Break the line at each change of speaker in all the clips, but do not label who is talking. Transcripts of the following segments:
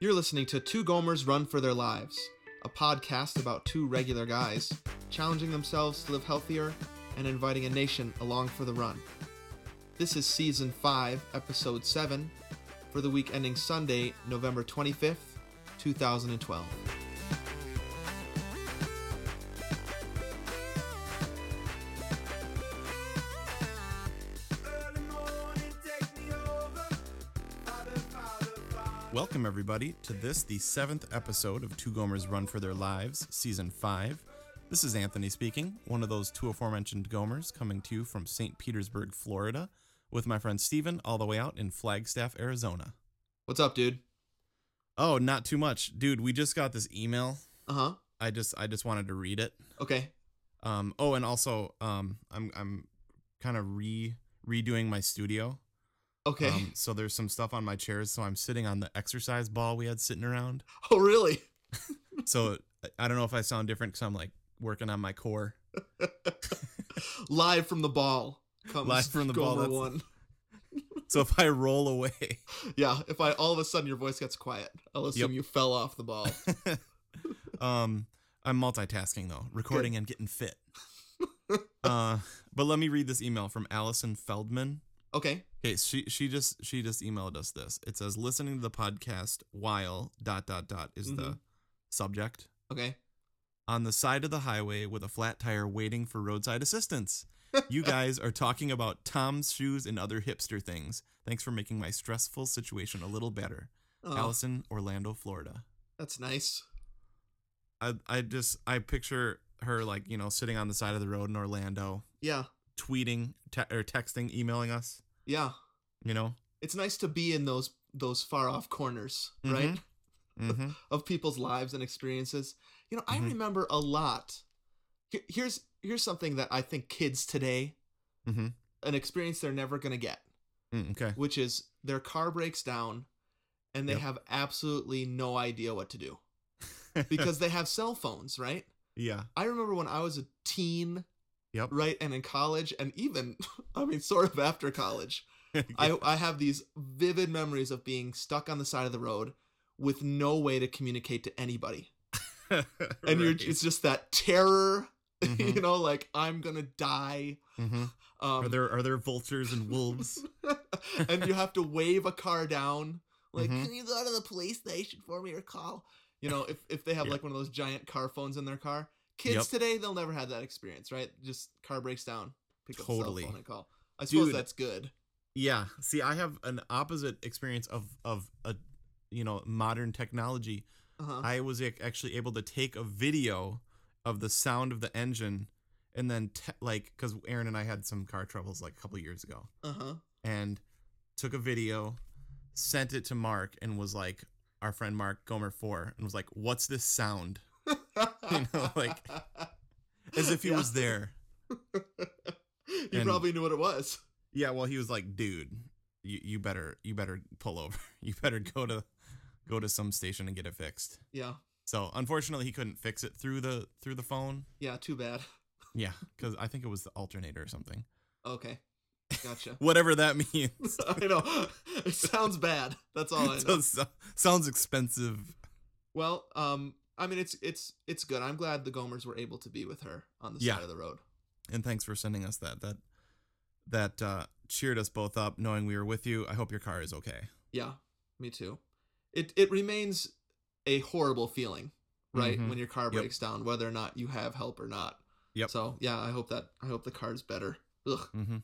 You're listening to Two Gomers Run for Their Lives, a podcast about two regular guys challenging themselves to live healthier and inviting a nation along for the run. This is Season 5, Episode 7, for the week ending Sunday, November 25th, 2012.
Welcome, everybody, to this, the seventh episode of Two Gomers Run for Their Lives, Season 5. This is Anthony speaking, one of those two aforementioned Gomers coming to you from St. Petersburg, Florida, with my friend Steven, all the way out in Flagstaff, Arizona.
What's up, dude?
Oh, not too much. Dude, we just got this email.
Uh huh.
I just I just wanted to read it.
Okay.
Um oh and also um I'm I'm kind of re redoing my studio.
Okay.
Um, so there's some stuff on my chairs. So I'm sitting on the exercise ball we had sitting around.
oh, really?
So I- I don't know if I sound different because I'm like working on my core.
Live from the ball comes
Live from the ball,
Gomer
that's-
One.
So if I roll away,
Yeah, if I all of a sudden your voice gets quiet, I'll assume
Yep.
you fell off the ball.
um, I'm multitasking though, recording and getting fit. uh, but let me read this email from Allison Feldman.
Okay.
Okay, she she just she just emailed us this. It says listening to the podcast while dot dot dot is the subject.
Okay.
on the side of the highway with a flat tire waiting for roadside assistance. You guys are talking about Tom's shoes and other hipster things. Thanks for making my stressful situation a little better.
Oh,
Allison, Orlando, Florida.
that's nice.
I I just I picture her like, you know, sitting on the side of the road in Orlando,
Yeah.
tweeting te- or texting, emailing us,
Yeah.
you know.
It's nice to be in those those far off corners, right?
Mhm.
Of people's lives and experiences. You know, I
Mhm.
remember a lot. Here- Here's here's something that I think kids today
Mhm.
an experience they're never going to get,
Mm, okay.
which is their car breaks down and they
Yep.
have absolutely no idea what to do because they have cell phones, right?
Yeah.
I remember when I was a teen,
Yep.
right, and in college, and even, I mean, sort of after college, I, I have these vivid memories of being stuck on the side of the road with no way to communicate to anybody.
and
And you're, it's just that terror,
Mhm.
you know, like, I'm going to die.
Mhm.
Um,
Are there are there vultures and wolves?
and you have to wave a car down. Like,
Mhm.
can you go to the police station for me or call? You know, if, if they have
Yeah.
like one of those giant car phones in their car. Kids
Yep.
today, they'll never have that experience, right? Just car breaks down, pick up the
Totally.
cell phone and call. I suppose
Dude.
that's good.
Yeah. See, I have an opposite experience of of a you know modern technology.
Uh-huh.
I was ac- actually able to take a video of the sound of the engine, and then te- like because Aaron and I had some car troubles like a couple years ago,
Uh-huh.
and took a video, sent it to Mark, and was like our friend Mark Gomer Four, and was like, "What's this sound?" You know, like- As if he
Yeah.
was there.
you
and-
probably knew what it was.
Yeah. Well, he was like, "Dude, you you better you better pull over. You better go to go to some station and get it fixed."
Yeah.
So unfortunately, he couldn't fix it through the through the phone.
Yeah, too bad.
Yeah, because I think it was the alternator or something,
Okay. Gotcha.
whatever that means.
I know. It sounds bad. That's all Oh, I know.
So- so- sounds expensive.
Well, um, I mean, it's it's it's good. I'm glad the Gomers were able to be with her on the
Yeah.
side of the road.
And thanks for sending us that. That that uh, cheered us both up, knowing we were with you. I hope your car is okay.
Yeah, me too. It it remains a horrible feeling, right?
Mhm.
When your car
Yep.
breaks down, whether or not you have help or not.
Yep.
So yeah, I hope that I hope the car's better. Ugh.
Mm-hmm.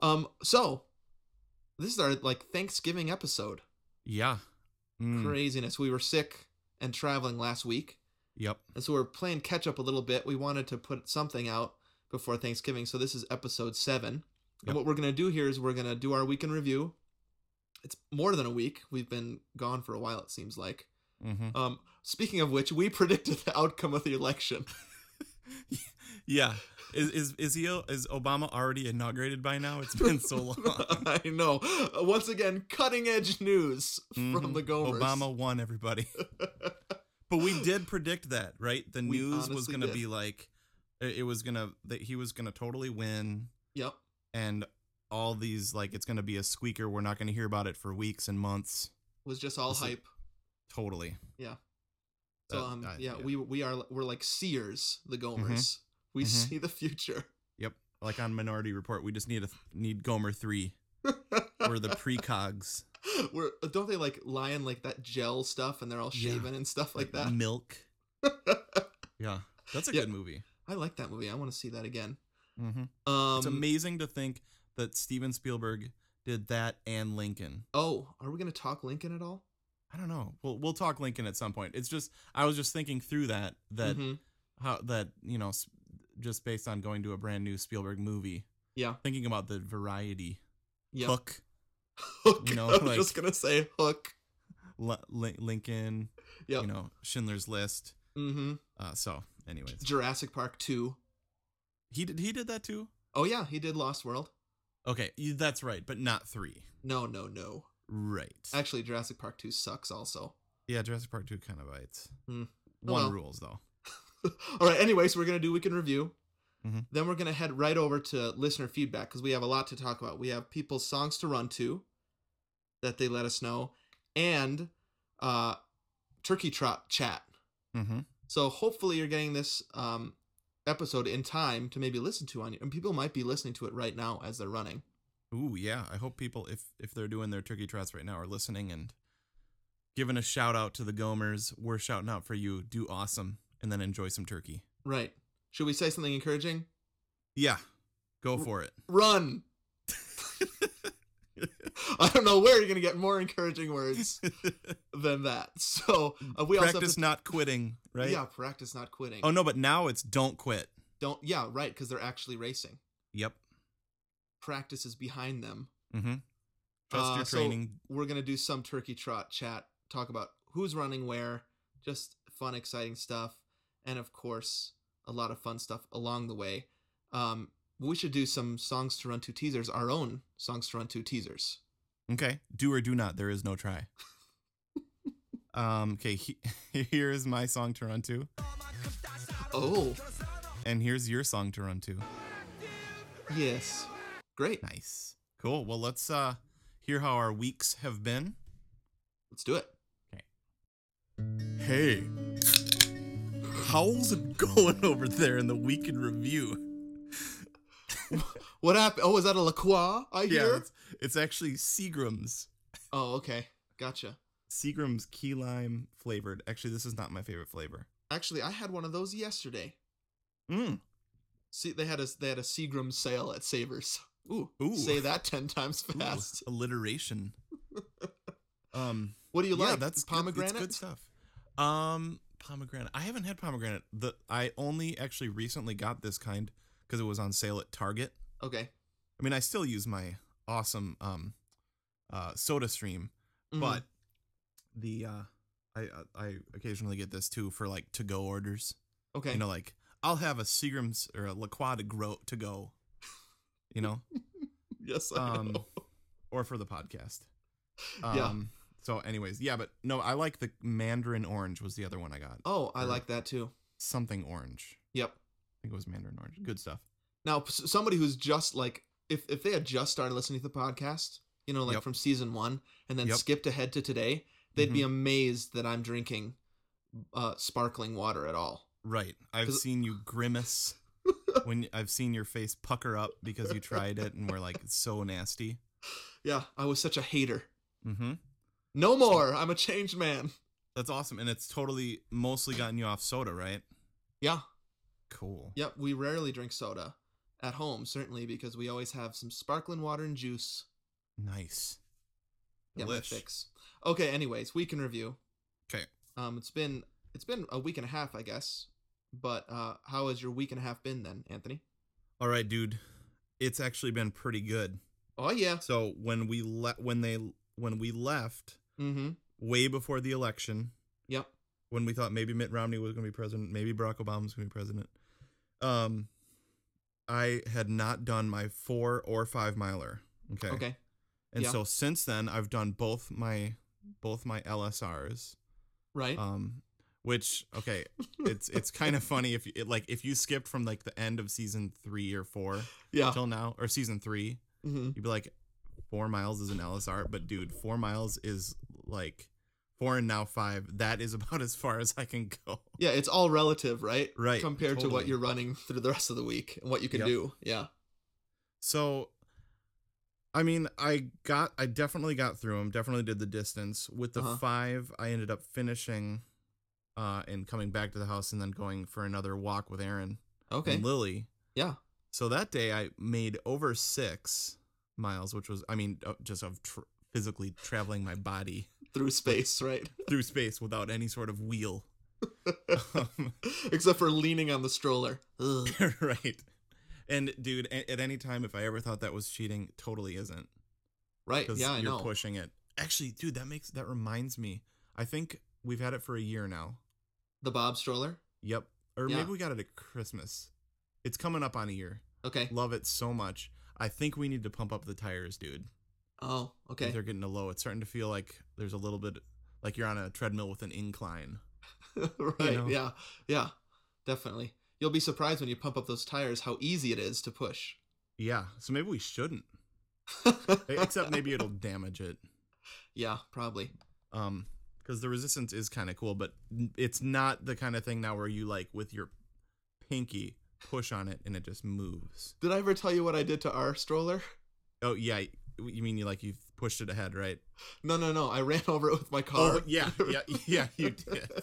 Um. So this is our like Thanksgiving episode.
Yeah. Mm,
Craziness. We were sick and traveling last week.
Yep.
And so we're playing catch up a little bit. We wanted to put something out before Thanksgiving. So this is episode seven.
Yep.
And what we're going to do here is we're going to do our week in review. It's more than a week. We've been gone for a while, it seems like.
hmm
Um, speaking of which, we predicted the outcome of the election.
Yeah. Is is is he is Obama already inaugurated by now? It's been so long.
I know. Once again, cutting edge news from
Mhm.
the Gomers.
Obama won everybody. but we did predict that, right? The
We
news was
honestly
going to
did.
be like it it was going to that he was going to totally win
Yep.
and all these like it's going to be a squeaker. We're not going to hear about it for weeks and months.
Was just all
This is-
hype.
Totally.
Yeah. So
Uh,
um,
I-
yeah, we we are we're like seers, the Gomers. We
Mhm.
see the future.
like on Minority Report, we just need a th- need Gomer three. We're the precogs,
we're don't they like lie in like that gel stuff and they're all
Yeah.
shaven and stuff like that.
milk. yeah, that's a
Yeah.
good movie.
I like that movie. I want to see that again.
Mm-hmm.
Um,
it's amazing to think that Steven Spielberg did that and Lincoln.
Oh, are we gonna talk Lincoln at all?
I don't know. We'll we'll talk Lincoln at some point. It's just I was just thinking through that that
Mhm.
how that you know s- just based on going to a brand new Spielberg movie,
Yeah.
thinking about the variety
Yeah.
hook
Hook.
you know,
I was
like-
just gonna say hook.
L- Lin- Lincoln,
Yep.
you know Schindler's List.
Mm-hmm.
Uh, so, anyways,
Jurassic Park two.
he did he did that too.
Oh yeah, he did Lost World.
Okay, you- that's right, but not three.
No, no, no.
Right.
Actually, Jurassic Park two sucks also.
yeah, Jurassic Park two kind of bites.
Hmm. Oh,
One
well.
rules though.
All right. Anyways, we're gonna do weekend review.
Mhm.
Then we're gonna head right over to listener feedback because we have a lot to talk about. We have people's songs to run to that they let us know, and uh, turkey trot chat.
Mm-hmm.
So hopefully you're getting this um, episode in time to maybe listen to on, and people might be listening to it right now as they're running.
Ooh, yeah. I hope people, if if they're doing their turkey trots right now, are listening and giving a shout out to the Gomers. We're shouting out for you. Do awesome, and then enjoy some turkey.
Right? Should we say something encouraging?
Yeah, go
R-
for it.
Run. I don't know where you're gonna get more encouraging words than that. So uh, we also
Practice
have to,
not quitting, right?
yeah practice not quitting.
Oh no, but now it's don't quit.
Don't yeah right because they're actually racing.
Yep.
Practice is behind them.
Mm-hmm. Trust
Uh,
your
so
training.
we're gonna do some turkey trot chat, talk about who's running where, just fun, exciting stuff, and of course a lot of fun stuff along the way. Um, we should do some songs to run to teasers, our own songs to run to teasers.
Okay. Do or do not. There is no try. um. Okay. He, here is my song to run to,
Oh
and here's your song to run to.
yes, great.
Nice. Cool. Well, let's uh hear how our weeks have been.
Let's do it.
Hey. How's it going over there in the weekend review?
What happened? Oh, is that a LaCroix I hear?
it's, it's actually Seagram's.
Oh, okay, gotcha.
Seagram's key lime flavored. Actually, this is not my favorite flavor.
Actually, I had one of those yesterday.
Mm.
See, they had a they had a Seagram sale at Savers. Ooh,
Ooh.
say that ten times
Ooh,
fast.
alliteration. um
What do you
yeah,
like?
that's good- it's
pomegranate.
good stuff. Um pomegranate. I haven't had pomegranate. The I only actually recently got this kind because it was on sale at Target.
Okay.
I mean, I still use my awesome um, uh, Soda Stream,
Mhm.
but the uh, I I occasionally get this too for like to go orders.
okay,
You know, like I'll have a Seagram's or a La Croix de Gro to go. You know,
yes, I
um,
know.
or for the podcast. Um,
Yeah.
So, anyways, yeah, but no, I like the Mandarin Orange was the other one I got.
Oh, I
or-
like that too.
Something Orange.
Yep.
I think it was Mandarin Orange. Good stuff.
Now, p- s- somebody who's just like, if if they had just started listening to the podcast, you know, like
Yep.
from season one, and then
Yep. Mm-hmm.
skipped ahead to today, they'd be amazed that I'm drinking uh, sparkling water at all.
Mm-hmm. Right. I've
'Cause-
seen you grimace when I've seen your face pucker up because you tried it and we're like, it's so nasty.
Yeah, I was such a hater.
Mm-hmm.
No more. I'm a changed man.
That's awesome. And it's totally mostly gotten you off soda, right?
Yeah.
Cool.
Yep. We rarely drink soda at home, certainly because we always have some sparkling water and juice.
Nice.
Yeah, my
Delish.
fix. Okay. Anyways, week in review.
'Kay.
Um, it's been it's been a week and a half, I guess. But uh, how has your week and a half been then, Anthony?
All right, dude. It's actually been pretty good.
Oh yeah.
So when we le- when they when we left
Mm-hmm.
way before the election,
Yep.
when we thought maybe Mitt Romney was going to be president, maybe Barack Obama was going to be president, um, I had not done my four or five miler. Okay.
Okay.
And
yeah.
so since then, I've done both my both my LSRs.
Right.
Um, which okay, it's it's kind of funny if you it, like if you skipped from like the end of season three or four
yeah.
till now or season three,
Mm-hmm.
you'd be like, four miles is an LSR, but dude, four miles is like four and now five. That is about as far as I can go.
Yeah, it's all relative, right?
Right,
Compared to what
totally.
you're running through the rest of the week and what you can
Yep.
do. Yeah.
So, I mean, I got, I definitely got through them. Definitely did the distance with the
Uh-huh.
five. I ended up finishing, uh, and coming back to the house, and then going for another walk with Aaron
Okay.
and Lily.
Yeah.
So that day I made over six miles, which was, I mean, uh, just of tr- physically traveling my body
through space, right?
through space without any sort of wheel. Um,
Except for leaning on the stroller. Ugh.
right. And dude, a- at any time, if I ever thought that was cheating, totally isn't.
Right.
because
Yeah, I
you're
know.
pushing it. Actually, dude, that makes that reminds me. I think we've had it for a year now.
The Bob stroller.
Yep, or
Yeah.
maybe we got it at Christmas. It's coming up on a year.
Okay.
Love it so much. I think we need to pump up the tires, dude.
Oh,
I think
okay.
They're getting a low. It's starting to feel like there's a little bit like you're on a treadmill with an incline.
right.
know.
Yeah. Yeah. Definitely. You'll be surprised when you pump up those tires how easy it is to push.
Yeah, so maybe we shouldn't. E, Except maybe it'll damage it.
yeah, probably.
um because the resistance is kind of cool but n- it's not the kind of thing now where you like with your pinky push on it and it just moves
Did I ever tell you what I did to our stroller?
oh yeah y- you mean you like you've pushed it ahead right
No, no, no. I ran over it with my car.
oh yeah yeah yeah you did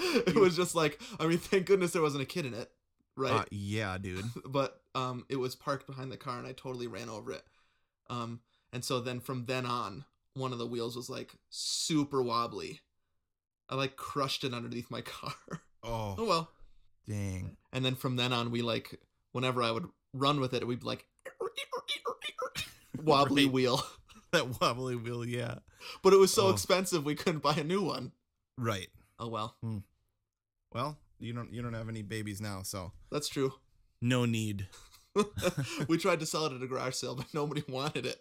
it was just like, I mean, thank goodness there wasn't a kid in it, right?
uh, yeah dude
but um, it was parked behind the car, and I totally ran over it. Um, and so then from then on, one of the wheels was like super wobbly. I like crushed it underneath my car. oh
oh
well.
dang
And then from then on, we like whenever I would run with it, we'd be like wobbly
Right.
wheel.
that wobbly wheel yeah
But it was so
Oh.
expensive, we couldn't buy a new one.
right
Oh well,
well you don't you don't have any babies now so
that's true.
no need
we tried to sell it at a garage sale, but nobody wanted it.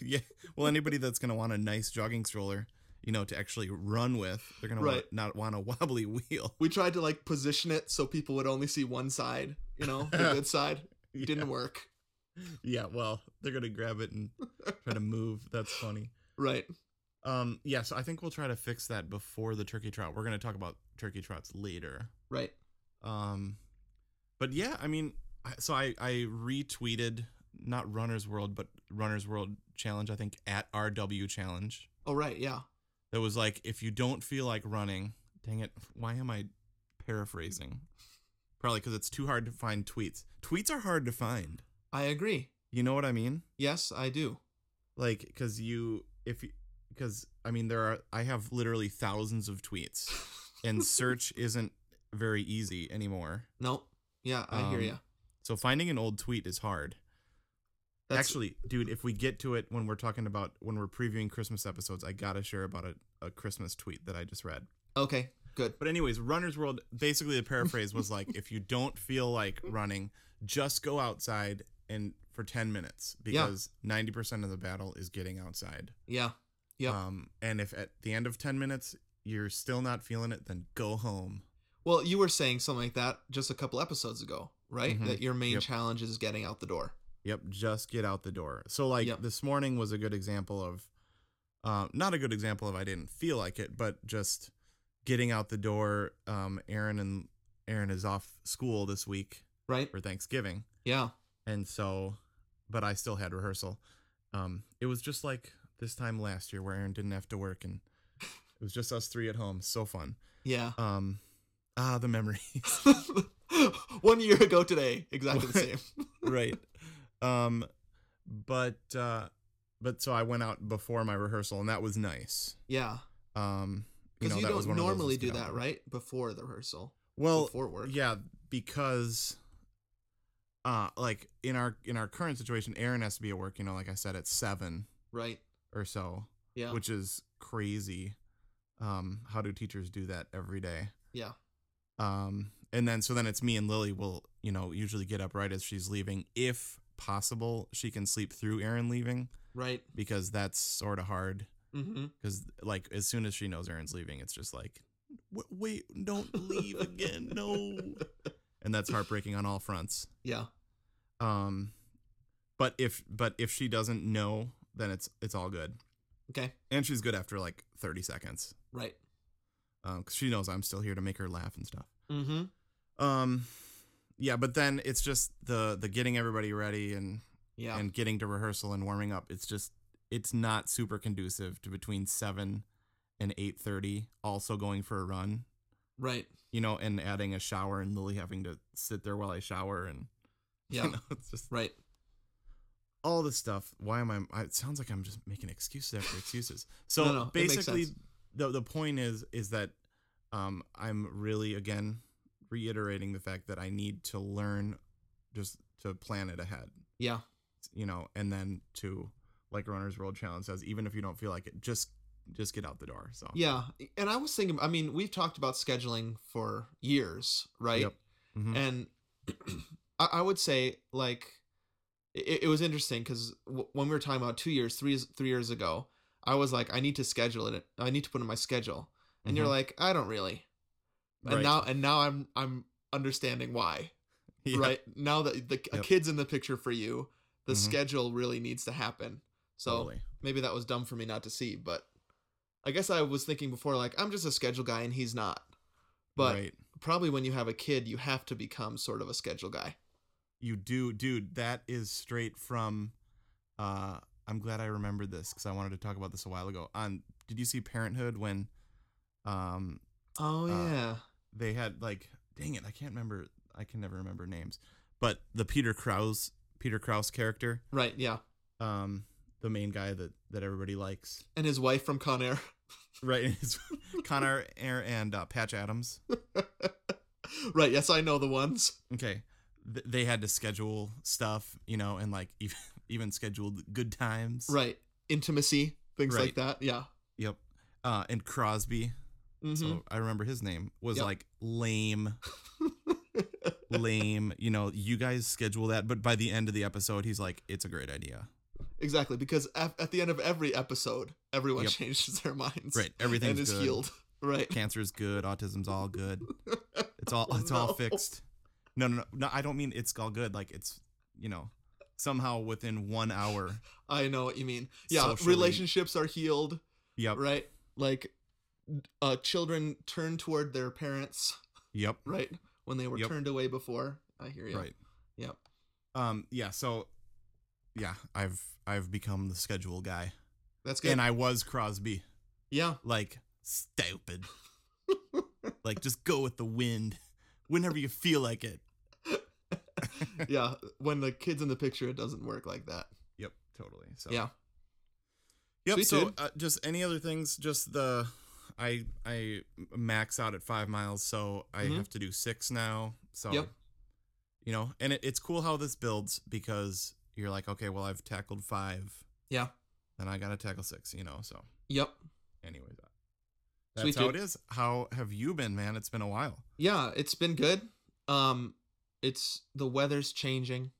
yeah well anybody that's gonna want a nice jogging stroller you know to actually run with they're gonna want,
Right.
not want a wobbly wheel
We tried to like position it so people would only see one side, you know, the good side. It didn't work.
Yeah, well, they're gonna grab it and try to move. That's funny.
Right.
Um, yeah, so I think we'll try to fix that before the turkey trot. We're gonna talk about turkey trots later.
Right.
Um, but yeah, I mean, I- so I I retweeted not Runner's World, but Runner's World Challenge. I think at RW Challenge.
Oh right, yeah.
That was like, if you don't feel like running, dang it, why am I paraphrasing? Probably because it's too hard to find tweets. Tweets are hard to find.
I agree.
You know what I mean?
Yes, I do.
like because you if you because i mean there are i have literally thousands of tweets and search isn't very easy anymore
No. Yeah, I hear
Um,
you.
so finding an old tweet is hard
That's
actually dude if we get to it when we're talking about when we're previewing christmas episodes i gotta share about a, a christmas tweet that i just read
okay. Good.
but anyways runner's world basically the paraphrase was like if you don't feel like running just go outside and for 10 minutes because 90% of the battle is getting outside
Yeah. Yep.
Um, and if at the end of 10 minutes you're still not feeling it, then go home.
Well, you were saying something like that just a couple episodes ago, right?
Mhm.
That your main
Yep.
challenge is getting out the door.
Yep, just get out the door. So like
Yep.
this morning was a good example of uh, not a good example of I didn't feel like it, but just getting out the door. Um, Aaron and Aaron is off school this week
Right?
for Thanksgiving.
Yeah.
And so but I still had rehearsal. Um, it was just like this time last year where Aaron didn't have to work and it was just us three at home. So fun.
Yeah.
Um ah the memories.
One year ago today, exactly the same.
right um but uh but so i went out before my rehearsal and that was nice
Yeah.
um you
Because
know
you,
that was
don't
one of those
normally
let's
do
get out
that,
there.
right? Before the rehearsal.
well
before work.
yeah because uh like in our in our current situation aaron has to be at work you know like i said at seven
Right.
or so
Yeah.
which is crazy um how do teachers do that every day
Yeah.
um and then so then it's me and lily will you know usually get up right as she's leaving if possible she can sleep through aaron leaving
right.
because that's sort of hard
Mm-hmm.
because like as soon as she knows aaron's leaving it's just like "W- wait don't leave again no and that's heartbreaking on all fronts
Yeah.
um but if but if she doesn't know then it's it's all good
Okay.
And she's good after like 30 seconds
Right.
because um, she knows I'm still here to make her laugh and stuff.
Mm-hmm.
Um, yeah, but then it's just the the getting everybody ready and
Yeah.
and getting to rehearsal and warming up. It's just it's not super conducive to between seven and eight thirty. Also going for a run,
right.
you know, and adding a shower and Lily having to sit there while I shower and
Yeah.
you know, it's just
Right.
all this stuff. Why am I? I- It sounds like I'm just making excuses after excuses. So
No, no, it makes
basically,
sense.
the the point is is that um, I'm really again reiterating the fact that I need to learn just to plan it ahead,
Yeah.
Oh. you know, and then to like Runner's World Challenge says, even if you don't feel like it, just just get out the door. So
Yeah. And I was thinking. I mean, we've talked about scheduling for years, right?
Yep. Mhm.
and I, I would say like it, it was interesting because w- when we were talking about two years three years- three years ago i was like i need to schedule it i need to put in my schedule and you're
Mhm.
like i don't really and
Right.
now and now i'm i'm understanding why
Mm-hmm. Yeah.
right now that the a
Yep.
kid's in the picture for you the
Mhm.
schedule really needs to happen so
Totally.
maybe that was dumb for me not to see but i guess i was thinking before like i'm just a schedule guy and he's not but
right.
probably when you have a kid, you have to become sort of a schedule guy.
You do, dude. That is straight from. Uh, I'm glad I remembered this because I wanted to talk about this a while ago. On did you see Parenthood when, um,
Oh
Uh,
yeah,
they had like, dang it, I can't remember. I can never remember names. But the Peter Krause, Peter Krause character,
right, yeah.
um, the main guy that that everybody likes,
And his wife from Con Air,
right? It's Connor Air and uh, Patch Adams.
right? Yes, I know the ones.
Okay, Th- they had to schedule stuff, you know, and like even even scheduled good times.
Right, intimacy, things like
Right.
that. Yeah.
Yep. Uh, and Crosby.
hmm
so I remember his name was
Yep.
like lame, lame. You know, you guys schedule that, but by the end of the episode, he's like, "It's a great idea."
exactly, because af- at the end of every episode, everyone
Yep.
changes their minds.
Right,
and
everything's
is
good.
healed. Right.
Cancer's good. Autism's all good. It's all it's
No.
all fixed. No, no, no, no. I don't mean it's all good. Like it's you know somehow within one hour.
I know what you mean. Yeah,
Socially-
relationships are healed.
Yep,
Right. Like, uh, children turn toward their parents.
yep,
Right when they were
Yep.
turned away before. I hear you.
right.
Yep.
Um, yeah. So, yeah, I've I've become the schedule guy,
That's good.
and I was Crosby.
yeah.
like stupid. like just go with the wind whenever you feel like it.
yeah, when the kid's in the picture, it doesn't work like that.
Yep, totally. So
Yeah.
Yep.
Sweet,
so
dude.
uh, just any other things? Just the I I max out at five miles, so I
Mhm.
have to do six now. So
Yep.
you know, and it, it's cool how this builds because you're like, okay, well I've tackled five,
Yeah.
then I gotta tackle six. You know, so
Yep.
anyways, uh, that's
Sweet,
how
dude.
it is. How have you been, man? It's been a while.
Yeah, it's been good. Um it's the weather's changing.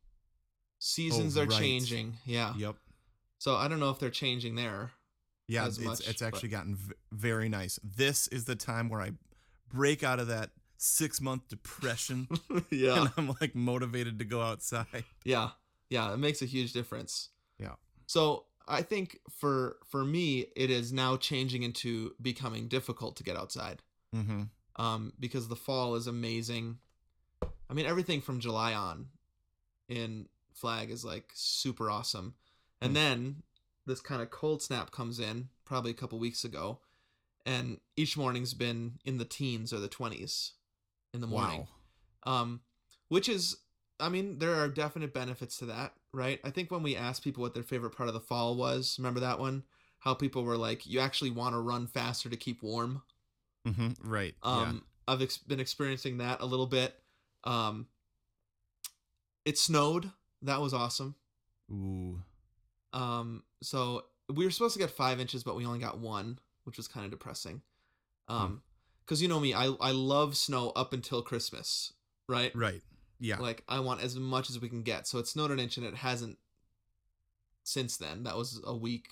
Seasons
Oh,
are
right.
changing. Yeah.
Yep.
So I don't know if they're changing there.
Yeah,
as
it's,
much, but-
it's actually gotten v- very nice. This is the time where I break out of that six month depression
yeah.
and I'm like motivated to go outside.
Yeah. Yeah, it makes a huge difference.
Yeah.
So I think for for me it is now changing into becoming difficult to get outside.
Mm-hmm.
um, because the fall is amazing. I mean, everything from July on in Flag is like super awesome. And
Mm.
then this kind of cold snap comes in probably a couple weeks ago, and each morning's been in the teens or the 20s in the morning.
Wow.
Um, which is, I mean, there are definite benefits to that, right? I think when we asked people what their favorite part of the fall was, remember that one? How people were like, you actually want to run faster to keep warm.
hmm Right.
Um, I've ex- been experiencing that a little bit. Um, it snowed. That was awesome.
yeah. Ooh.
Um, so we were supposed to get five inches, but we only got one, which was kind of depressing. Um, because you know me, I I love snow up until Christmas, right?
Right. Yeah.
Like I want as much as we can get. So it snowed an inch, and it hasn't since then. That was a week,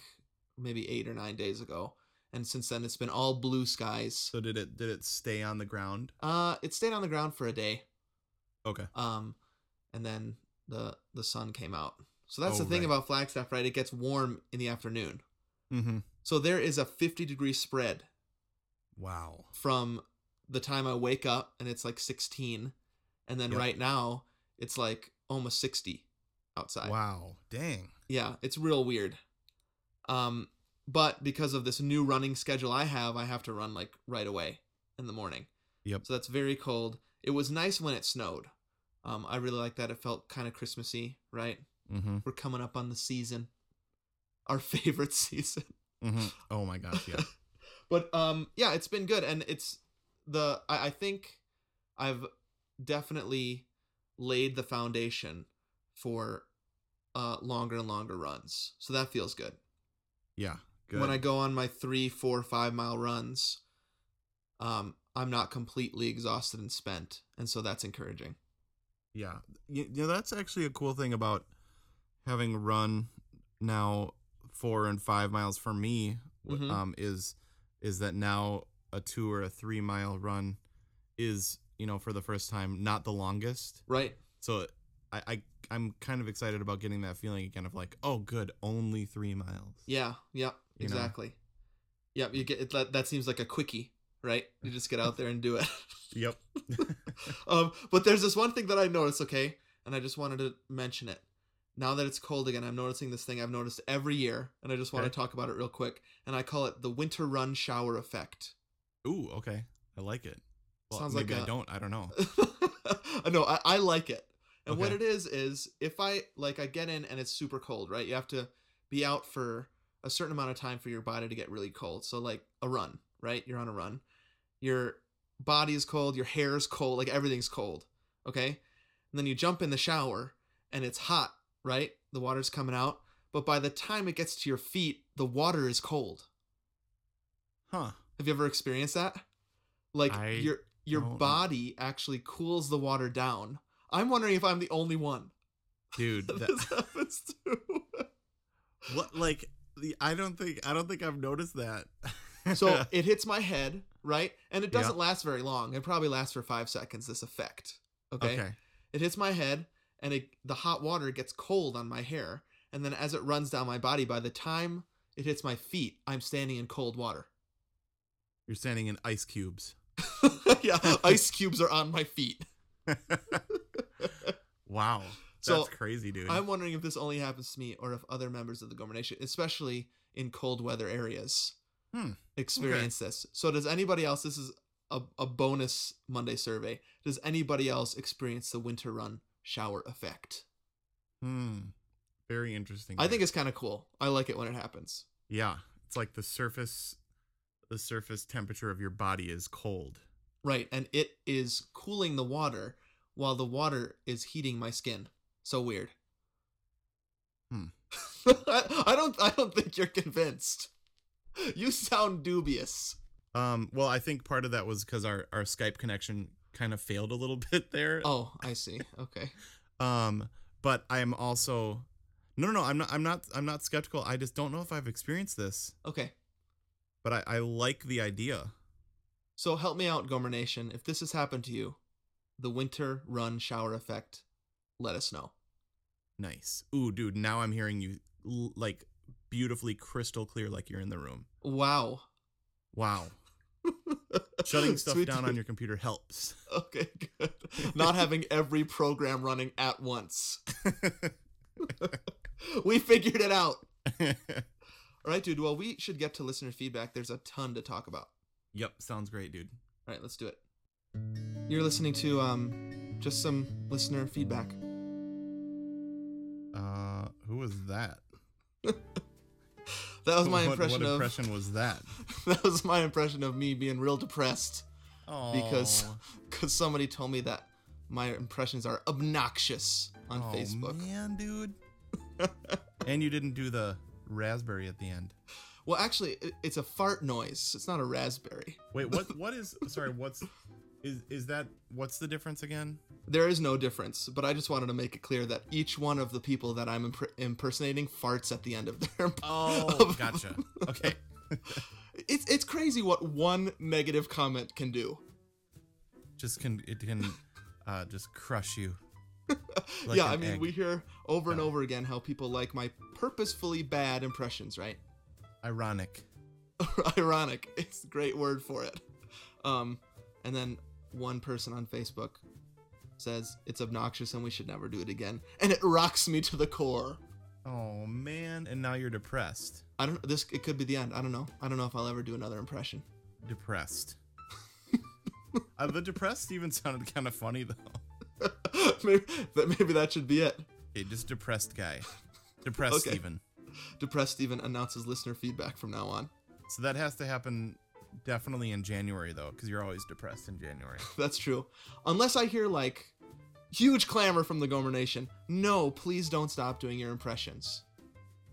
maybe eight or nine days ago, and since then it's been all blue skies.
so did it did it stay on the ground?
Uh, it stayed on the ground for a day.
Okay.
um and then the the sun came out so that's
Oh,
the thing
right.
about flagstaff right it gets warm in the afternoon
Mm-hmm.
So there is a 50 degree spread
Wow.
from the time I wake up and it's like 16, and then
Yep.
right now it's like almost 60 outside.
Wow. Dang.
Yeah, it's real weird. Um, but because of this new running schedule I have, I have to run like right away in the morning.
Yep.
So that's very cold. It was nice when it snowed. Um, I really like that. It felt kind of Christmassy, right?
Mm-hmm.
We're coming up on the season, our favorite season.
Mm-hmm. Oh my gosh. Yeah.
But um, yeah, it's been good, and it's the I, I think I've definitely laid the foundation for uh, longer and longer runs. So that feels good.
Yeah. Good.
when I go on my three, four, five mile runs, um, I'm not completely exhausted and spent, and so that's encouraging.
Yeah. You, you know, that's actually a cool thing about having run now four and five miles for me w
Mhm.
um, is is that now a two or a three mile run is, you know, for the first time, not the longest.
Right?
So I, I I'm kind of excited about getting that feeling again of like, oh, good, only three miles.
Yeah. Yep.
You know.
exactly. Yep. You get it, that. That seems like a quickie, right? You just get out there and do it.
Yep.
um, but there's this one thing that I noticed. Okay, and I just wanted to mention it. Now that it's cold again, I'm noticing this thing I've noticed every year, and I just want
Okay.
to talk about it real quick. And I call it the winter run shower effect.
Ooh, okay. I like it. Well,
Sounds like
maybe I
a-
don't. I don't know.
no, I, I like it. And what it
Okay.
is is if I like I get in and it's super cold, right? You have to be out for a certain amount of time for your body to get really cold. So like a run, right? You're on a run. Your body is cold, your hair is cold, like everything's cold. Okay? And then you jump in the shower and it's hot, right? The water's coming out. But by the time it gets to your feet, the water is cold.
Huh.
Have you ever experienced that? Like
I
your your
don't know.
body actually cools the water down. I'm wondering if I'm the only one
Dude,
that
that,
this happens to.
what like the I don't think I don't think I've noticed that.
so it hits my head, right? And it doesn't last very long. It probably lasts for five seconds. This effect, okay?
okay.
It hits my head, and it, the hot water gets cold on my hair, and then as it runs down my body, by the time it hits my feet, I'm standing in cold water.
You're standing in ice cubes.
yeah, ice cubes are on my feet.
Wow.
So,
That's crazy, dude.
I'm wondering if this only happens to me or if other members of the Gomer Nation, especially in cold weather areas,
Hmm,
experience this. So, does anybody else? This is a, a bonus Monday survey. Does anybody else experience the winter run shower effect?
hmm. Very interesting.
I think
dude.
it's kind of cool. I like it when it happens.
yeah. It's like the surface the surface temperature of your body is cold.
Right. And it is cooling the water while the water is heating my skin. So weird.
Hmm.
I, I don't I don't think you're convinced. You sound dubious.
Um well, I think part of that was cuz our our Skype connection kind of failed a little bit there.
Oh, I see. Okay.
Um, but I'm also no, no, no. I'm not. I'm not. I'm not skeptical. I just don't know if I've experienced this.
Okay.
But I, I like the idea.
So help me out, Gomer Nation. If this has happened to you, the winter run shower effect, let us know.
Nice. Ooh, dude. Now I'm hearing you l- like beautifully crystal clear, like you're in the room.
Wow.
Wow. Shutting stuff
Sweet
down
dude.
on your computer helps.
Okay, good. Not having every program running at once. We figured it out. All right, dude. Well, we should get to listener feedback. There's a ton to talk about.
yep. Sounds great, dude.
All right, let's do it. You're listening to um, just some listener feedback.
Uh, who was that?
That was my
What-
impression
What,
of.
impression was that?
that was my impression of me being real depressed
Oh,
because because somebody told me that my impressions are obnoxious on
oh,
Facebook.
man, dude. and you didn't do the raspberry at the end.
Well, actually, it, it's a fart noise. It's not a raspberry.
Wait, what? What is? Sorry, what's? Is is that? What's the difference again?
There is no difference, but I just wanted to make it clear that each one of the people that I'm imp- impersonating farts at the end of their. imp-
Oh, gotcha. Okay.
It's it's crazy what one negative comment can do.
Just can it can, uh, just crush you. Like
yeah,
an
I mean,
egg.
we hear over and over again how people like my purposefully bad impressions, right?
Ironic.
ironic. It's a great word for it. Um, and then one person on Facebook says it's obnoxious and we should never do it again, and it rocks me to the core.
Oh man, and now you're depressed.
I don't. This it could be the end. I don't know. I don't know if I'll ever do another impression.
Depressed. uh, the depressed even sounded kind of funny though.
maybe, but maybe that should be it.
Okay, just depressed guy. Depressed
Okay.
even.
Depressed Steven announces listener feedback from now on.
So that has to happen definitely in January though, because you're always depressed in January.
That's true. Unless I hear like huge clamor from the Gomer Nation. No, please don't stop doing your impressions.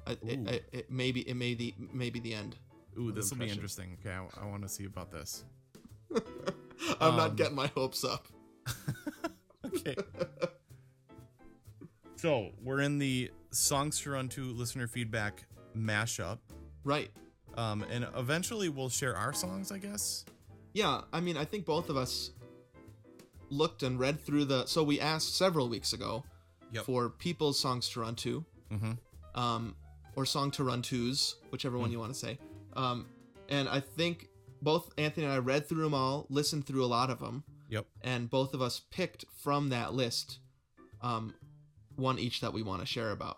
I, it,
Ooh.
I, it may be it may the may be the end.
Ooh,
Of
this will be
impressions.
interesting. Okay, I, want to see about this.
I'm
Um,
not getting my hopes up.
Okay. so we're in the songs to run to listener feedback mashup,
Right.
um, and eventually we'll share our songs, I guess.
Yeah, I mean, I think both of us looked and read through the. So we asked several weeks ago
Yep.
for people's songs to run to,
Mm-hmm. Mm.
um, or song to run twos, whichever one you want to say. Um, and I think both Anthony and I read through them all, listened through a lot of them,
Yep.
and both of us picked from that list um, one each that we want to share about.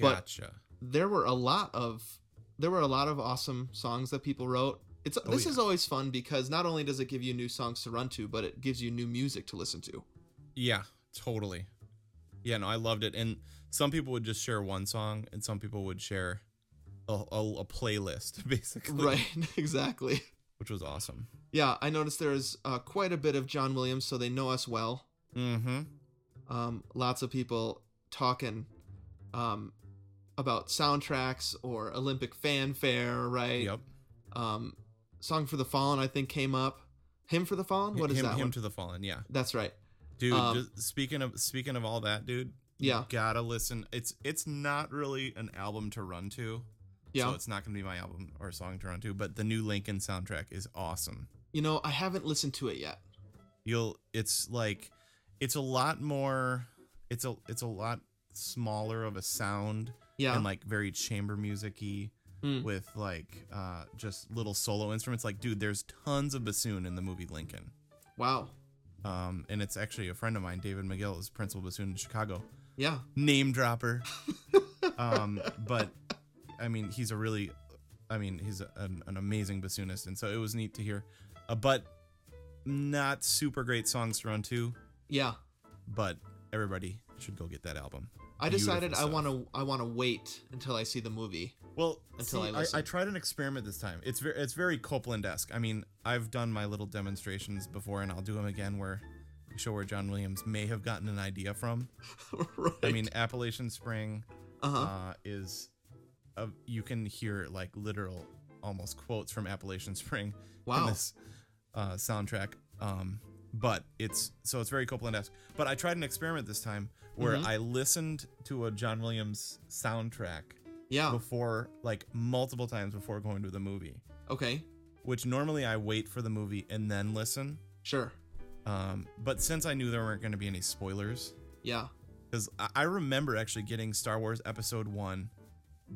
But-
Gotcha.
There were a lot of there were a lot of awesome songs that people wrote. It's
Oh,
this
yeah.
is always fun because not only does it give you new songs to run to, but it gives you new music to listen to.
Yeah, totally. Yeah, no, I loved it. And some people would just share one song, and some people would share a, a, a playlist, basically,
Right, exactly.
which was awesome.
Yeah, I noticed there is uh, quite a bit of John Williams, so they know us well.
Mm-hmm.
um, lots of people talking um, about soundtracks or Olympic fanfare, right?
Yep.
Um, Song for the Fallen, I think, came up. Hymn for the Fallen? What is
him,
that
Him
one?
to the fallen. Yeah,
That's right.
dude.
Um,
just speaking of speaking of all that, dude. you
Yeah.
gotta listen. It's it's not really an album to run to.
Yeah.
So it's not gonna be my album or song to run to, but the new Lincoln soundtrack is awesome.
you know, I haven't listened to it yet.
you'll it's like it's a lot more it's a it's a lot smaller of a sound
Yeah.
and like very chamber musicy
Mm.
with like uh just little solo instruments like dude there's tons of bassoon in the movie lincoln
wow.
um and it's actually a friend of mine david mcgill is principal bassoon in chicago
Yeah.
name dropper um but i mean he's a really i mean he's a- an, an amazing bassoonist and so it was neat to hear uh, but not super great songs to run to
Yeah.
but everybody should go get that album.
I decided I
Beautiful
want to I want to wait until I see the movie.
Well,
Until
see,
I
I, I,
listen.
tried an experiment this time. It's very, it's very Copeland-esque. I mean, I've done my little demonstrations before, and I'll do them again where we show where John Williams may have gotten an idea from.
right.
I mean, Appalachian Spring
uh-huh.
uh, is, a, you can hear like literal, almost quotes from Appalachian Spring in
wow.
this uh, soundtrack. Um, but it's so it's very Copeland-esque. But I tried an experiment this time where
Mhm.
I listened to a John Williams soundtrack
yeah.
before, like multiple times before going to the movie.
Okay.
Which normally I wait for the movie and then listen.
Sure.
Um, but since I knew there weren't going to be any spoilers,
Yeah.
because I, I remember actually getting Star Wars Episode One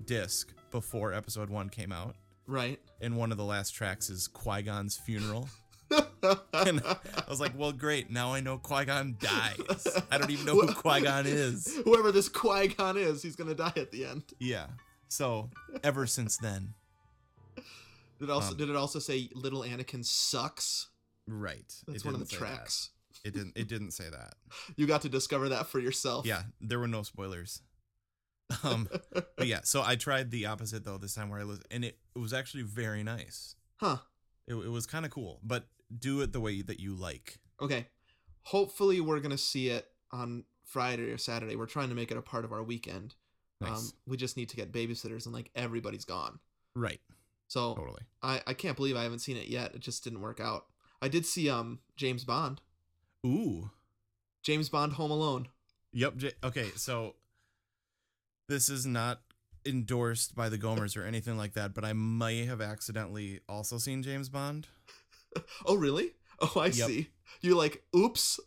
disc before Episode One came out,
Right.
and one of the last tracks is Qui Gon's funeral. and I was like, well, great. Now I know Qui Gon dies. I don't even know who Qui Gon is.
Whoever this Qui Gon is, he's gonna die at the end.
Yeah. So ever since then.
Did it also
Um,
did it also say little Anakin sucks?
Right.
That's
It
one of the
didn't say that.
tracks.
It didn't it didn't say that.
You got to discover that for yourself.
Yeah, there were no spoilers. Um but yeah, so I tried the opposite though this time where I was and it, it was actually very nice.
Huh.
It, it was kind of cool, but do it the way that you like.
Okay. Hopefully we're gonna see it on Friday or Saturday. We're trying to make it a part of our weekend.
Nice.
Um, we just need to get babysitters and like everybody's gone.
right.
So
Totally.
I, I can't believe I haven't seen it yet. It just didn't work out. I did see um James Bond.
Ooh.
James Bond Home Alone.
Yep. J- okay, so this is not endorsed by the Gomers or anything like that, but I may have accidentally also seen James Bond.
Oh really? Oh I
Yep.
see. You're like, oops.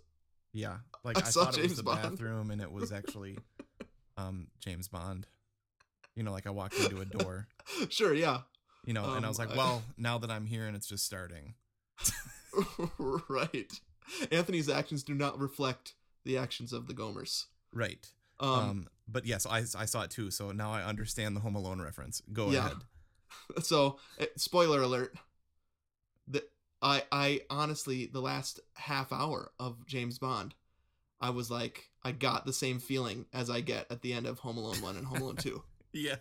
Yeah, like
I
I,
saw
thought it
James
was the
Bond.
bathroom, and it was actually um James Bond. You know, like I walked into a door.
Sure, yeah.
You know, and
Um,
I was like,
I-
well, now that I'm here and it's just starting.
right. Anthony's actions do not reflect the actions of the Gomers.
Right.
Um,
Um, but yes, I, I saw it too. So now I understand the Home Alone reference. Go
Yeah.
ahead.
so eh, spoiler alert. The I I honestly the last half hour of James Bond, I was like I got the same feeling as I get at the end of Home Alone 1 and Home Alone 2.
Yeah.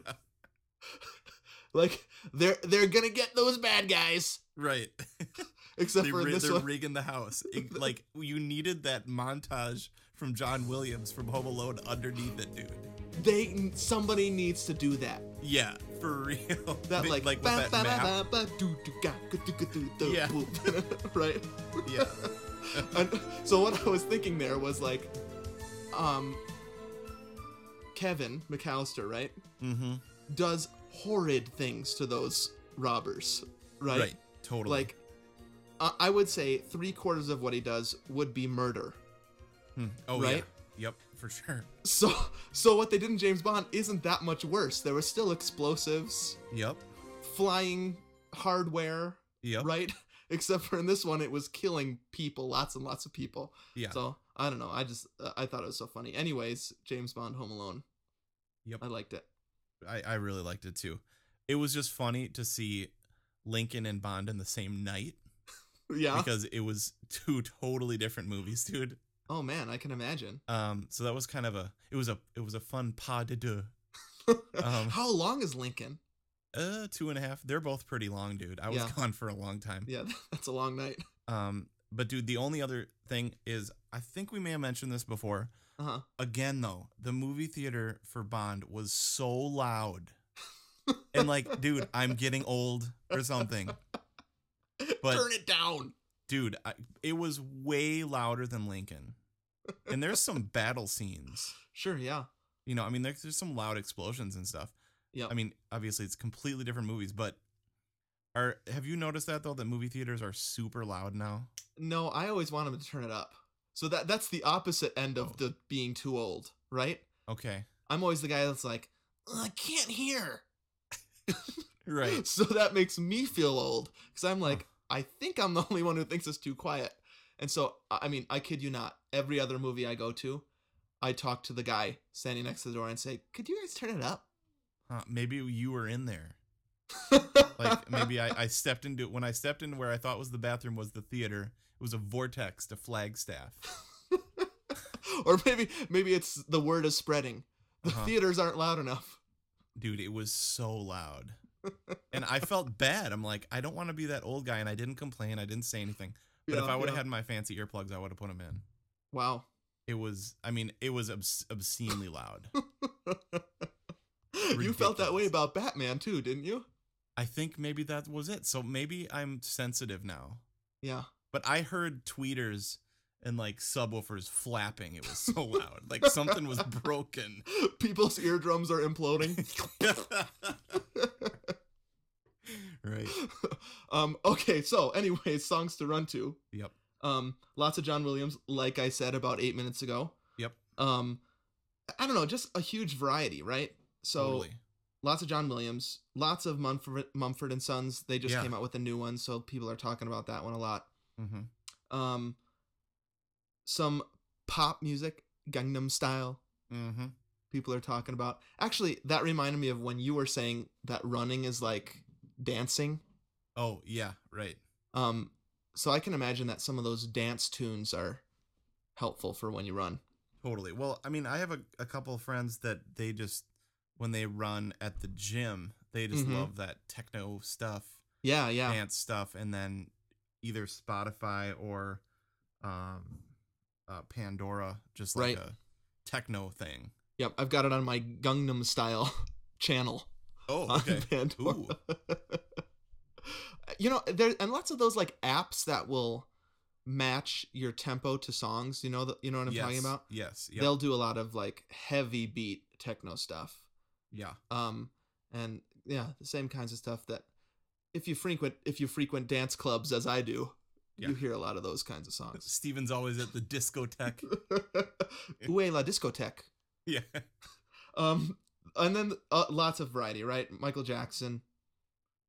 Like they're they're going to get those bad guys
Right.
except
they
for in
ri-
this
they're
one.
rigging the house. It- like you needed that montage from John Williams from Home Alone underneath it, dude.
they somebody needs to do that.
Yeah, for real.
That
Be-
like,
like with that map. Yeah.
yeah. right?
Yeah.
and so what I was thinking there was like, um, Kevin McAllister, right,
Mm-hmm.
does horrid things to those robbers, right?
Right. Totally.
Like, I I would say three quarters of what he does would be murder.
Hmm. oh
right?
yeah. Yep. For sure.
So, so what they did in James Bond isn't that much worse. There were still explosives,
Yep.
flying hardware,
Yep.
right? Except for in this one, it was killing people, lots and lots of people.
Yeah.
So I don't know. I just uh, I thought it was so funny. Anyways, James Bond Home Alone.
Yep.
I liked it.
I, I really liked it too. It was just funny to see Lincoln and Bond in the same night
Yeah.
because it was two totally different movies, dude.
oh man, I can imagine.
Um, so that was kind of a it was a it was a fun pas de deux. Um,
How long is Lincoln?
Uh, two and a half. They're both pretty long, dude. I was
Yeah.
gone for a long time.
Yeah, that's a long night.
Um, but dude, the only other thing is, I think we may have mentioned this before.
Uh huh.
Again, though, the movie theater for Bond was so loud, and like, dude, I'm getting old or something, But-
Turn it down.
dude. I, it was way louder than Lincoln, and there's some battle scenes.
Sure. Yeah.
You know, I mean, there's, there's some loud explosions and stuff.
Yeah.
I mean, obviously, it's completely different movies, but are have you noticed that though that movie theaters are super loud now?
No, I always want him to turn it up. So that that's the opposite end of
Oh.
the being too old, right?
Okay,
I'm always the guy that's like, "Ugh, I can't hear.
right.
So that makes me feel old because I'm like, I think I'm the only one who thinks it's too quiet. And so, I I mean, I kid you not, every other movie I go to, I talk to the guy standing next to the door and say, Could you guys turn it up?
Huh, maybe you were in there. Like maybe I, I stepped into when I stepped into where I thought was the bathroom was the theater. It was a vortex to Flagstaff.
or maybe maybe it's the word is spreading. The
Uh-huh.
theaters aren't loud enough.
Dude, it was so loud. And I felt bad. I'm like, I don't want to be that old guy and I didn't complain. I didn't say anything. But if
Yeah,
I would have
yeah.
had my fancy earplugs, I would have put them in.
Wow.
It was I mean, it was obs- obscenely loud.
You felt that way
Ridiculous.
about Batman too, didn't you?
I think maybe that was it. So maybe I'm sensitive now.
Yeah.
But I heard tweeters and like subwoofers flapping. It was so loud. Like something was broken.
People's eardrums are imploding.
right.
um, okay, so anyways, songs to run to.
Yep.
Um, lots of John Williams, like I said about eight minutes ago.
Yep.
Um, I don't know, just a huge variety, right? So
totally.
lots of John Williams, lots of Mumford Mumford and Sons. They just
Yeah.
came out with a new one, so people are talking about that one a lot.
Mm-hmm.
Um, some pop music, Gangnam Style.
Mm-hmm.
People are talking about. Actually, that reminded me of when you were saying that running is like dancing.
Oh yeah. Right.
Um, so I can imagine that some of those dance tunes are helpful for when you run.
Totally. Well, I mean, I have a, a couple of friends that they just when they run at the gym, they just
Mhm.
love that techno stuff,
Yeah, yeah,
dance stuff, and then either Spotify or um, uh, Pandora, just like
Right.
a techno thing.
yep. I've got it on my Gangnam Style channel
Oh,
on
okay.
Pandora.
Ooh.
you know, there and lots of those like apps that will match your tempo to songs. You know, the, you know what I'm
yes.
talking about.
Yes. Yep.
They'll do a lot of like heavy beat techno stuff.
Yeah.
um and yeah the same kinds of stuff that if you frequent if you frequent dance clubs as i do
Yeah.
you hear a lot of those kinds of songs
Steven's always at the discotheque.
Ue la discotheque
yeah.
um and then uh, lots of variety right michael jackson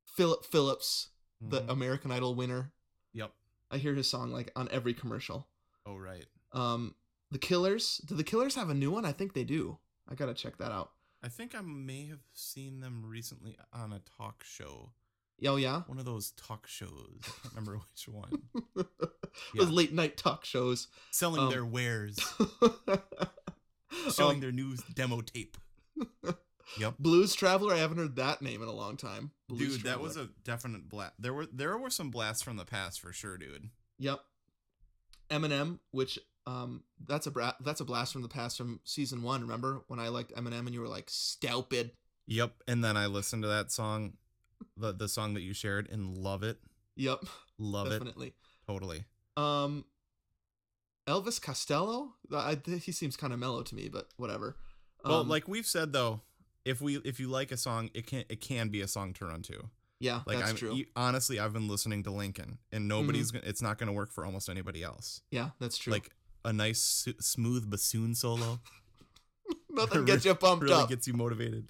Philip Phillips, the um,
Mhm.
American Idol winner.
Mm-hmm, Yep.
I hear his song like on every commercial.
Oh right.
Um, the Killers. Do the Killers have a new one? I think they do. I gotta check that out.
I think I may have seen them recently on a talk show.
Oh yeah,
One of those talk shows. I can't remember which one. Yeah.
those late night talk shows.
Selling
Um,
their wares, showing
um,
their new demo tape. Yep.
Blues Traveler. I haven't heard that name in a long time. Blues
dude, that was
Traveler.
a definite blast. There were there were some blasts from the past for sure, dude.
yep. Eminem, which um, that's a bra- that's a blast from the past from season one. Remember when I liked Eminem and you were like stupid.
Yep. And then I listened to that song, the the song that you shared, and love it,
Yep,
love it
definitely.
totally.
Um, Elvis Costello. I, I- he seems kind of mellow to me, but whatever.
well,
Um,
like we've said though, if we if you like a song, it can it can be a song to run to.
yeah,
Like
that's
I'm,
true.
e- honestly, I've been listening to Lincoln, and nobody's gonna, it's not gonna work for almost anybody else.
yeah, that's true.
Like a nice su- smooth bassoon solo
Nothing gets you pumped
really
up.
gets you motivated.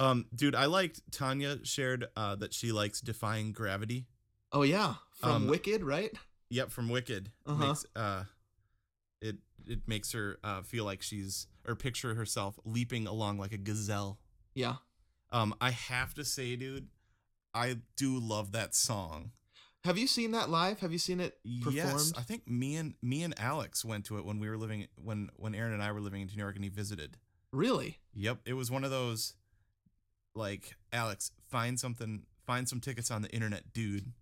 um, dude, I liked Tanya shared uh, that she likes defying gravity.
oh yeah, from
Um,
Wicked, right?
Yep, from Wicked.
Uh-huh.
Makes, uh, it it makes her uh, feel like she's or picture herself leaping along like a gazelle.
Yeah.
Um, I have to say, dude, I do love that song.
Have you seen that live? Have you seen it performed?
Yes, I think me and me and Alex went to it when we were living when when Aaron and I were living in New York and he visited.
Really?
Yep, it was one of those like Alex find something find some tickets on the internet, dude.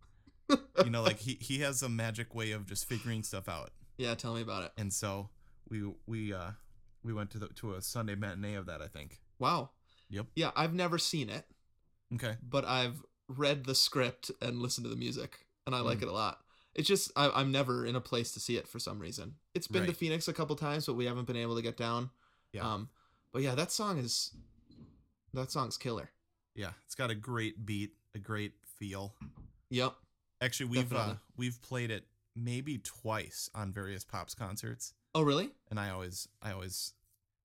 you know, like he he has a magic way of just figuring stuff out.
Yeah. Tell me about it.
and so we we uh we went to the to a Sunday matinee of that I think.
Wow.
Yep.
Yeah, I've never seen it,
Okay.
but I've read the script and listened to the music, and I like
Mm.
it a lot. It's just I, I'm never in a place to see it for some reason. It's been to
Right.
Phoenix a couple times, but we haven't been able to get down.
Yeah.
Um, but yeah, that song is that song's killer.
Yeah, it's got a great beat, a great feel.
Yep.
Actually, we've uh,
Definitely.
we've played it maybe twice on various pops concerts,
Oh really?
and I always I always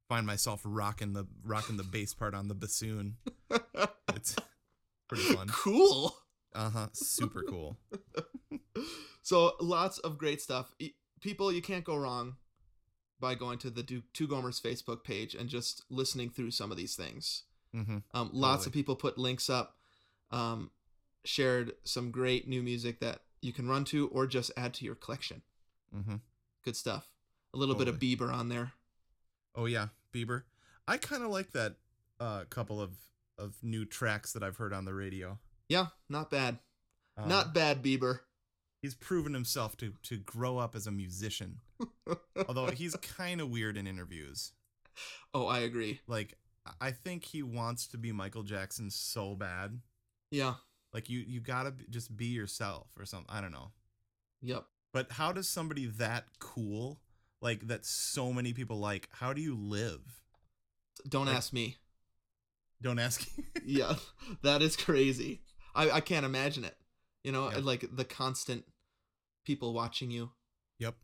find myself rocking the rocking the bass part on the bassoon. It's pretty fun.
cool.
Uh huh. Super cool.
So lots of great stuff. E- People, you can't go wrong by going to the Du- Two Gomers Facebook page and just listening through some of these things.
Mm-hmm.
Um, lots of
Totally.
people put links up, um, shared some great new music that you can run to or just add to your collection.
Mm-hmm.
Good stuff. A little
Totally.
bit of Bieber on there.
Oh yeah, Bieber. I kind of like that uh, couple of of new tracks that I've heard on the radio.
Yeah, not bad.
Um,
not bad, Bieber.
he's proven himself to to grow up as a musician. Although he's kind of weird in interviews.
Oh, I agree.
Like I- I think he wants to be Michael Jackson so bad.
Yeah.
Like you you got to just be yourself or something. I don't know.
Yep.
But how does somebody that cool like that so many people like how do you live?
Don't
Like-
ask me.
Don't ask.
yeah, that is crazy. I, I can't imagine it. You know,
Yeah.
and, like the constant people watching you.
yep.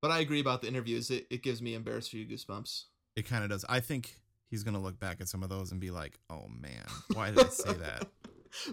But I agree about the interviews. It, it gives me embarrassed for you goosebumps.
It kind of does. I think he's going to look back at some of those and be like, "Oh man, why did I say that?"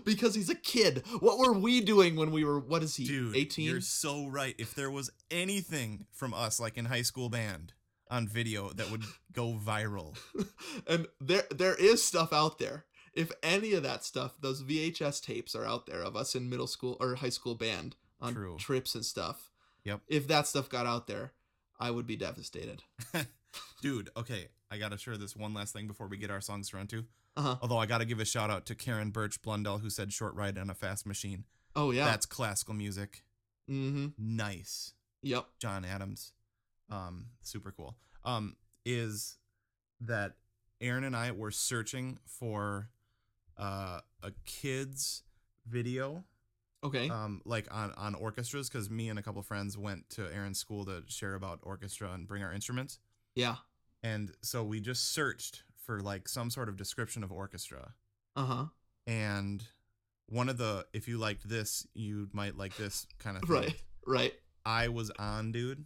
because he's a kid. What were we doing when we were, what is he,
Dude,
18?
you're so right. If there was anything from us, like in high school band, on video that would go viral,
and there there is stuff out there. If any of that stuff, those VHS tapes are out there of us in middle school or high school band on
True.
trips and stuff.
Yep.
If that stuff got out there, I would be devastated.
dude. Okay, I gotta share this one last thing before we get our songs to run to.
Uh-huh.
Although I gotta give a shout out to Karen Birch Blundell who said "Short Ride on a Fast Machine."
Oh yeah.
That's classical music.
mm-hmm.
Nice,
Yep.
John Adams. Um, super cool. Um, is that Aaron and I were searching for uh, a kids video
Okay.
um, like on on orchestras because me and a couple friends went to Aaron's school to share about orchestra and bring our instruments,
yeah.
and so we just searched for like some sort of description of orchestra,
Uh huh.
and one of the if you liked this you might like this kind of thing.
Right. Right.
I was on dude,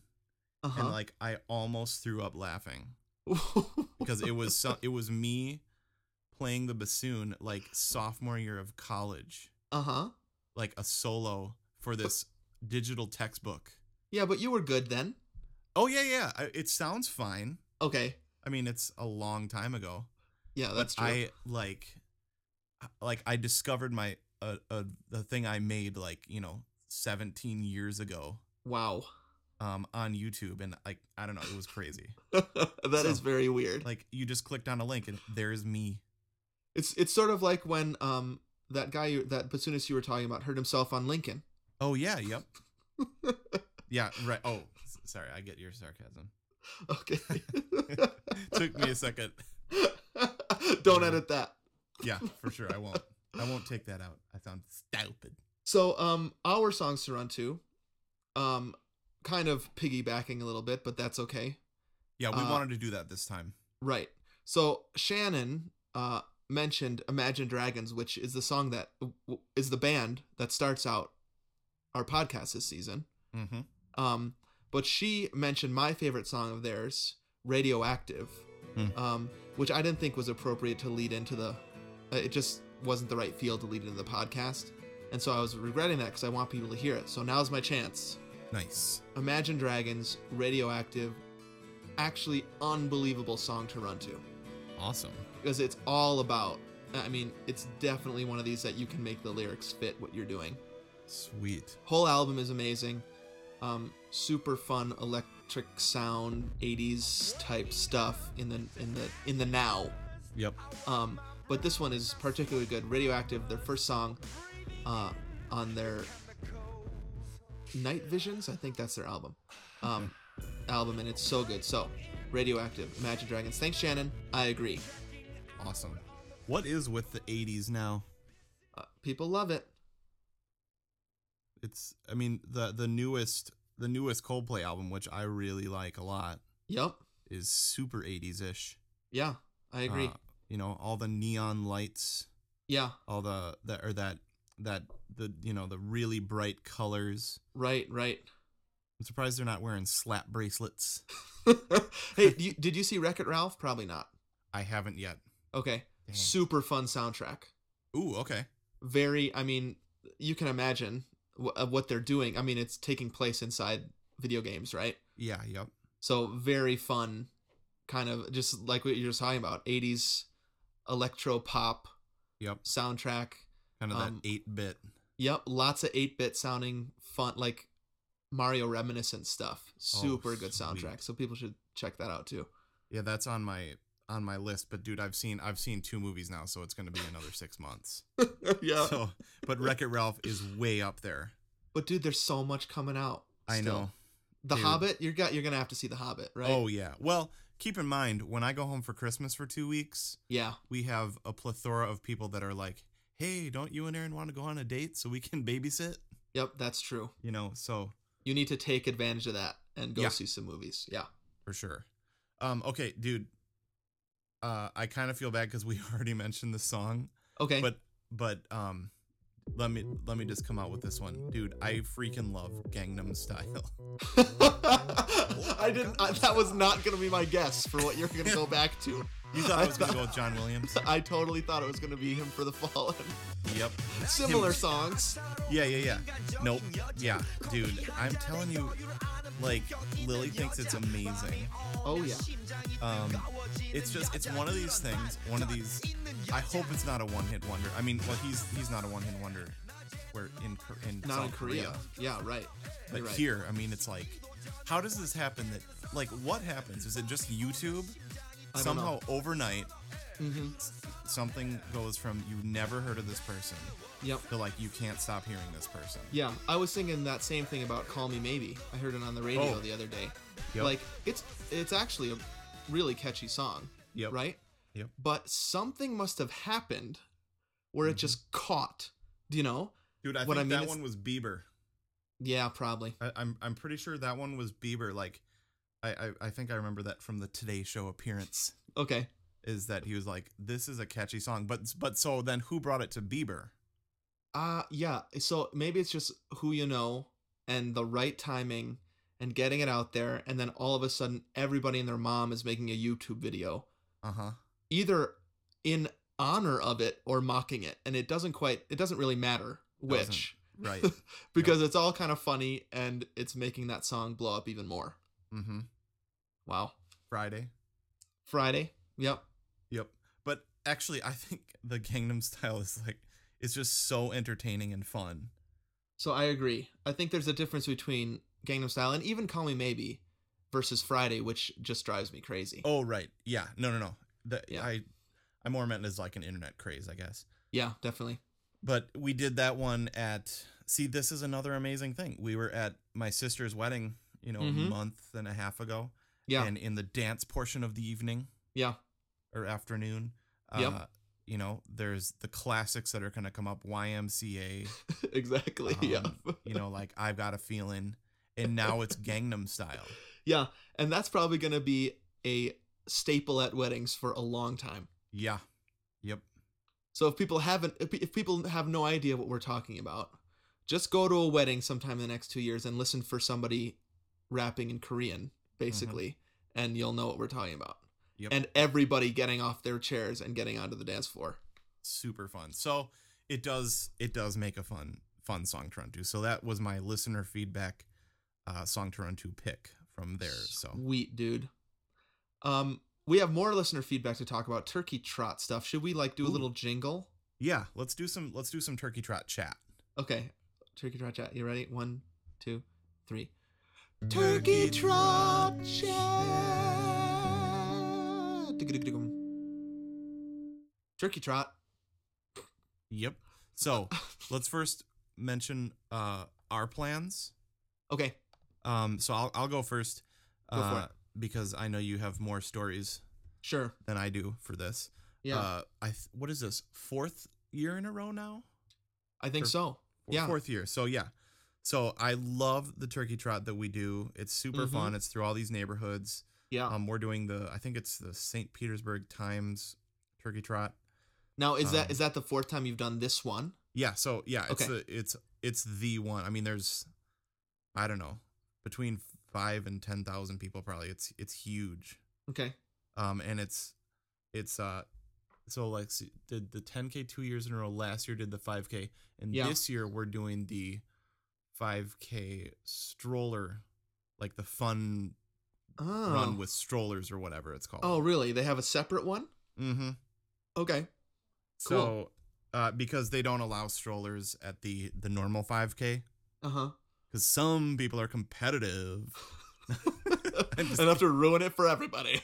Uh
and
huh.
like uh, I almost threw up laughing because it was so, it was me playing the bassoon like sophomore year of college,
Uh huh.
like a solo for this digital textbook.
Yeah, but you were good then.
Oh yeah, yeah. I, it sounds fine.
Okay.
I mean, it's a long time ago.
Yeah,
but
that's true.
I like, like I discovered my uh, uh the thing I made like you know 17 years ago
wow.
um on YouTube and like I don't know it was crazy.
that is
So,
very weird.
like you just clicked on a link and there's me.
it's it's sort of like when um that guy you, that bassoonist you were talking about hurt himself on Lincoln.
Oh yeah, yep. yeah, right. Oh, s- sorry. I get your sarcasm.
Okay.
Took me a second.
Don't edit that.
Yeah, for sure. I won't. I won't take that out. I sound stupid.
So um our songs to run to, um kind of piggybacking a little bit, but that's okay.
Yeah, we
Uh,
wanted to do that this time.
Right. So Shannon uh, mentioned Imagine Dragons, which is the song that w- is the band that starts out our podcast this season.
Mm-hmm.
Um, but she mentioned my favorite song of theirs, Radioactive,
Hmm.
um, which I didn't think was appropriate to lead into the. Uh, it just wasn't the right field to lead into the podcast. And so I was regretting that because I want people to hear it. So now's my chance.
Nice.
Imagine Dragons, Radioactive, actually unbelievable song to run to
Awesome.
because it's all about i mean it's definitely one of these that you can make the lyrics fit what you're doing
Sweet.
whole album is amazing um, super fun electric sound 80s type stuff in the in the in the now
Yep.
um, but this one is particularly good radioactive their first song uh, on their night visions i think that's their album um, album and it's so good so radioactive imagine dragons thanks shannon i agree
Awesome. What is with the 80s now?
uh, people love it
It's I mean the the newest the newest Coldplay album which I really like a lot
yep
is super 80s ish.
Yeah, I agree.
you know, all the neon lights
yeah,
all the that or that that the you know the really bright colors.
right, right.
I'm surprised they're not wearing slap bracelets.
hey, do you, did you see Wreck It Ralph? Probably not.
I haven't yet.
Okay,
Dang.
super fun soundtrack.
Ooh, okay.
Very, I mean, you can imagine wh- uh, what they're doing. I mean, it's taking place inside video games, right?
Yeah, yep.
So very fun, kind of just like what you're just talking about, 80s electro pop
Yep.
soundtrack.
Kind of
Um,
that 8-bit.
Yep, lots of 8-bit sounding fun, like Mario reminiscent stuff.
Oh,
Super good
sweet.
soundtrack. So people should check that out too.
Yeah, that's on my on my list, but dude, I've seen I've seen two movies now, so it's going to be another 6 months.
yeah.
So, but Wreck-It Ralph is way up there.
But dude, there's so much coming out.
I
still.
know.
The
Dude.
Hobbit, you're got you're gonna have to see The Hobbit, right?
Oh yeah. Well, keep in mind when I go home for Christmas for 2 weeks,
yeah,
we have a plethora of people that are like, "Hey, don't you and Aaron want to go on a date so we can babysit?"
yep, that's true.
You know, so
You need to take advantage of that and go
Yeah.
see some movies. Yeah,
for sure. Um, okay, dude. Uh, I kind of feel bad because we already mentioned the song,
okay,
but but um, let me let me just come out with this one, dude. I freaking love Gangnam Style.
I didn't. I, that was not gonna be my guess for what you're gonna go back to.
You thought I was gonna go with John Williams?
I totally thought it was gonna be him for the fallen.
Yep.
Similar songs.
Yeah, yeah, yeah. Nope. Yeah, dude. I'm telling you, like Lily thinks it's amazing.
Oh yeah,
Um, it's just it's one of these things. One of these. I hope it's not a one-hit wonder. I mean, well, he's he's not a one-hit wonder. Where in Kor- in
not
South
in Korea. Yeah, right.
but
You're right.
here, I mean, it's like, how does this happen? That like, what happens? Is it just YouTube?
I don't
Somehow
know.
overnight,
Mm-hmm.
s- something goes from you never heard of this person
Yep.
to like you can't stop hearing this person.
Yeah, I was thinking that same thing about "Call Me Maybe." I heard it on the radio
Oh.
the other day.
Yep.
Like it's it's actually a really catchy song.
Yep.
Right.
Yep.
But something must have happened where
Mm-hmm.
it just caught. Do you know?
Dude, I
What
think
I mean
that
is-
one was Bieber.
Yeah, probably.
I, I'm I'm pretty sure that one was Bieber. Like, I, I I think I remember that from the Today Show appearance.
Okay.
Is that he was like, this is a catchy song, but but so then who brought it to Bieber?
Uh yeah. So maybe it's just who you know and the right timing and getting it out there, and then all of a
Uh-huh.
sudden everybody and their mom is making a YouTube video,
Uh huh.
either in honor of it or mocking it, and it doesn't quite. It doesn't really matter
Doesn't.
which,
Right.
because it's all kind of funny, and it's making that song blow up even more.
mm-hmm.
Wow.
Friday.
Friday. Yep.
Yep. But actually, I think the Gangnam Style is like it's just so entertaining and fun.
So I agree. I think there's a difference between Gangnam Style and even Call Me Maybe versus Friday, which just drives me crazy.
Oh right. Yeah. No. No. No. The,
Yeah.
I I more meant as like an internet craze, I guess.
Yeah, definitely.
But we did that one at. See, this is another amazing thing. We were at my sister's wedding, you know, a
Mhm.
month and a half ago,
Yeah.
and in the dance portion of the evening
yeah.
or afternoon,
Yep.
uh, you know, there's the classics that are gonna come up. YMCA,
exactly. yeah.
Um, you know, like I've got a feeling, and now it's Gangnam Style.
Yeah. And that's probably going to be a staple at weddings for a long time.
Yeah. Yep.
So if people haven't, if, if people have no idea what we're talking about, just go to a wedding sometime in the next two years and listen for somebody rapping in Korean, basically, and you'll know what we're talking about.
Yep.
And everybody getting off their chairs and getting onto the dance floor.
super fun. So it does it does make a fun fun song to run to. So that was my listener feedback uh, song to run to pick from there. So
Sweet, dude. Um, we have more listener feedback to talk about turkey trot stuff. Should we like do a
Ooh.
little jingle?
yeah, let's do some let's do some turkey trot chat.
Okay, turkey trot chat. You ready? One, two, three. Turkey trot chat. Digga-digga-diggum. Turkey trot.
Yep. So let's first mention uh, our plans.
Okay.
Um, so I'll I'll go first
Go for
uh, because I know you have more stories
Sure.
than I do for this.
Yeah,
Uh, I th- what is this fourth year in a row now?
I think
for-
so.
Or
Yeah.
fourth year. So yeah. So I love the turkey trot that we do. It's super
Mhm.
fun. It's through all these neighborhoods.
Yeah.
Um, we're doing the I think it's the St. Petersburg Times turkey trot.
now is
um,
that is that the fourth time you've done this one?
Yeah. So yeah, it's
Okay.
the it's it's the one. I mean, there's I don't know between five and ten thousand people probably. It's it's huge.
Okay.
Um, and it's it's uh. So like s- did the 10k 2 years in a row last year did the 5k and
Yeah.
this year we're doing the 5k stroller like the fun
Oh.
run with strollers or whatever it's called.
oh, really? They have a separate one?
Mhm.
Okay.
So uh because they don't allow strollers at the the normal 5k
Uh huh.
cuz some people are competitive. I'm just
Enough to ruin it for everybody.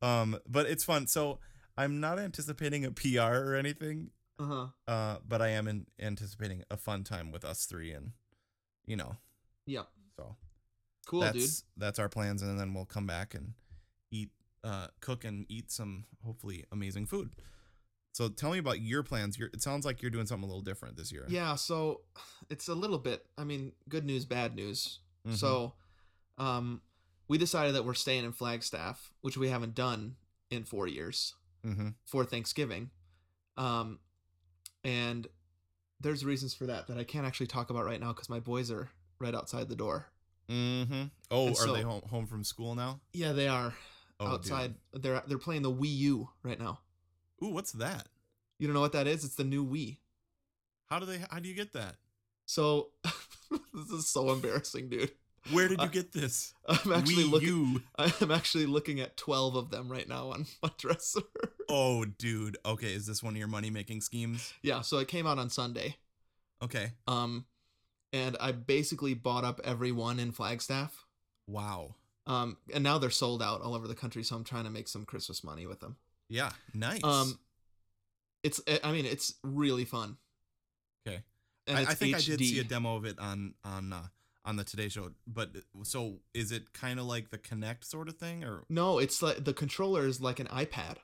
um but it's fun. So I'm not anticipating a PR or anything.
Uh huh.
Uh, but I am in, anticipating a fun time with us three, and you know,
Yeah.
so
Cool,
that's
dude.
that's our plans, and then we'll come back and eat, uh, cook and eat some hopefully amazing food. So tell me about your plans. Your it sounds like you're doing something a little different this year.
Yeah. So it's a little bit. I mean, good news, bad news.
Mhm.
So, um, we decided that we're staying in Flagstaff, which we haven't done in four years
Mhm.
for Thanksgiving, um, and there's reasons for that that I can't actually talk about right now because my boys are right outside the door.
Mhm. Oh,
And
are
so-
they home home from school now?
Yeah, they are
Oh, dude.
outside. They're they're playing the Wii U right now.
Ooh, what's that?
You don't know what that is? It's the new Wii.
How do they? How do you get that?
So this is so embarrassing, dude.
Where did you
Uh,
get this?
I'm actually
Wii
looking.
U.
I'm actually looking at twelve of them right now on my dresser.
Oh, dude. Okay, is this one of your money making schemes?
yeah, so it came out on Sunday.
Okay.
Um, and I basically bought up every one in Flagstaff.
Wow.
Um, and now they're sold out all over the country, so I'm trying to make some Christmas money with them.
Yeah. Nice.
Um, it's. eh, I mean, it's really fun.
Okay.
And
I,
it's
I
HD.
think I did see a demo of it on on uh, on the Today Show. But so is it kind of like the Connect sort of thing, or
no, it's like the controller is like an iPad.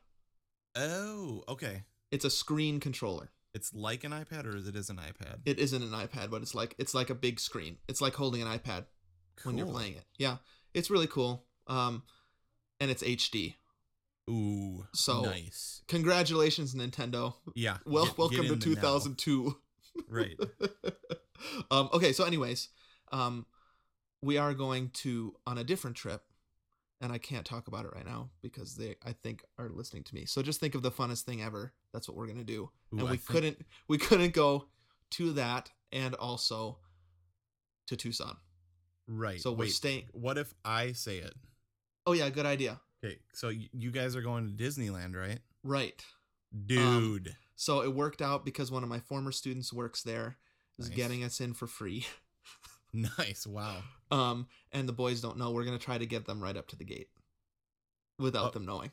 oh, okay,
It's a screen controller.
it's like an iPad, or is it is an iPad?
It isn't an iPad, but it's like it's like a big screen. It's like holding an iPad. when you're
Cool.
playing it. Yeah, it's really cool. Um, and it's HD.
Ooh,
So-
nice.
Congratulations, Nintendo.
Yeah.
Well,
get- get
welcome
in
to
the now.
2002.
Right.
um, okay, so anyways, um, we are going to on a different trip. and I can't talk about it right now because they I think are listening to me. So just think of the funnest thing ever. That's what we're gonna do.
Ooh,
and
I
we
think-
couldn't we couldn't go to that and also to Tucson.
Right.
So we're
wait.
staying.
what if I say it?
Oh yeah, good idea.
Okay. So y- you guys are going to Disneyland, right?
Right. Um,
Dude.
So it worked out because one of my former students works there, is
Nice.
getting us in for free.
nice. Wow.
Um, and the boys don't know. We're gonna try to get them right up to the gate without
Oh.
them knowing.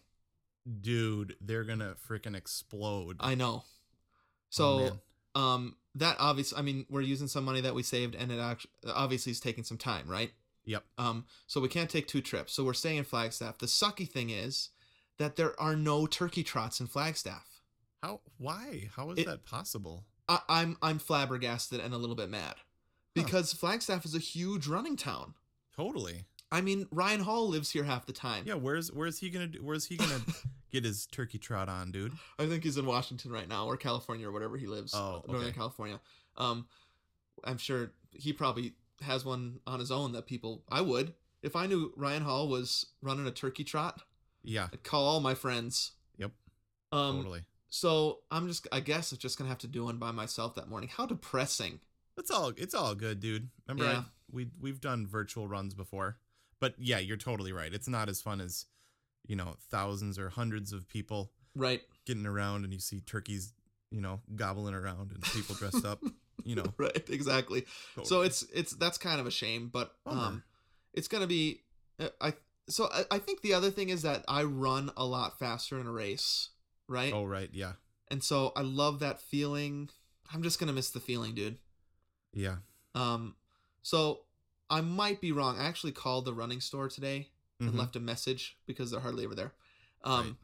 Dude, they're gonna freaking explode.
I know.
Oh,
So
man.
um, that obviously, I mean, we're using some money that we saved, and it actually obviously is taking some time, right?
Yep.
Um, so we can't take two trips. So we're staying in Flagstaff. The sucky thing is that there are no turkey trots in Flagstaff.
How? Why? How is
It-
that possible?
I, I'm I'm flabbergasted and a little bit mad because Flagstaff is a huge running town.
Totally.
I mean, Ryan Hall lives here half the time.
Yeah. Where's Where's he gonna do, Where's he gonna get his turkey trot on, dude?
I think he's in Washington right now, or California, or whatever he lives. uh,
Oh,
Northern
okay.
California. Um, I'm sure he probably has one on his own that people. I would if I knew Ryan Hall was running a turkey trot.
Yeah.
I'd call all my friends.
Yep.
Um.
Totally.
So I'm just. I guess I'm just gonna have to do one by myself that morning. How depressing.
It's all it's all good, dude. Remember,
Yeah.
I, we we've done virtual runs before, but yeah, you're totally right. It's not as fun as you know thousands or hundreds of people
Right.
getting around and you see turkeys, you know, gobbling around and people dressed up, you know.
Right. Exactly. So
totally.
it's it's that's kind of a shame, but um,
Bummer.
it's gonna be. uh, I so I, I think the other thing is that I run a lot faster in a race. Right.
oh right, yeah,
and so I love that feeling. I'm just gonna miss the feeling, dude.
yeah.
Um, so I might be wrong. I actually called the running store today
Mhm.
and left a message because they're hardly ever there, um,
Right.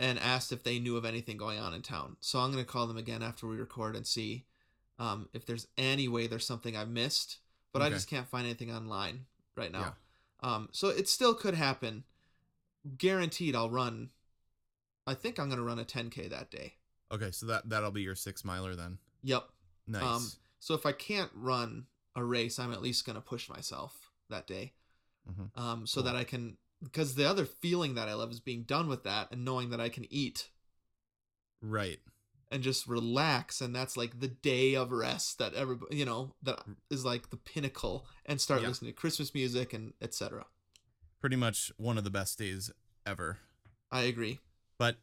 and asked if they knew of anything going on in town. So I'm gonna call them again after we record and see um, if there's any way there's something I've missed. But I
Okay.
just can't find anything online right now. Um, so it still could happen. Guaranteed, I'll run. I think I'm gonna run a 10k that day.
Mm-hmm. Okay, so that that'll be your six miler then.
Yep.
Nice.
Um, So if I can't run a race, I'm at least going to push myself that day.
Mhm.
Um, so
Cool.
that I can, because the other feeling that I love is being done with that and knowing that I can eat
right.
and just relax. And that's like the day of rest that everybody, you know, that is like the pinnacle and start
Mm. Yeah.
listening to Christmas music and etc.
Pretty much one of the best days ever.
I agree.
But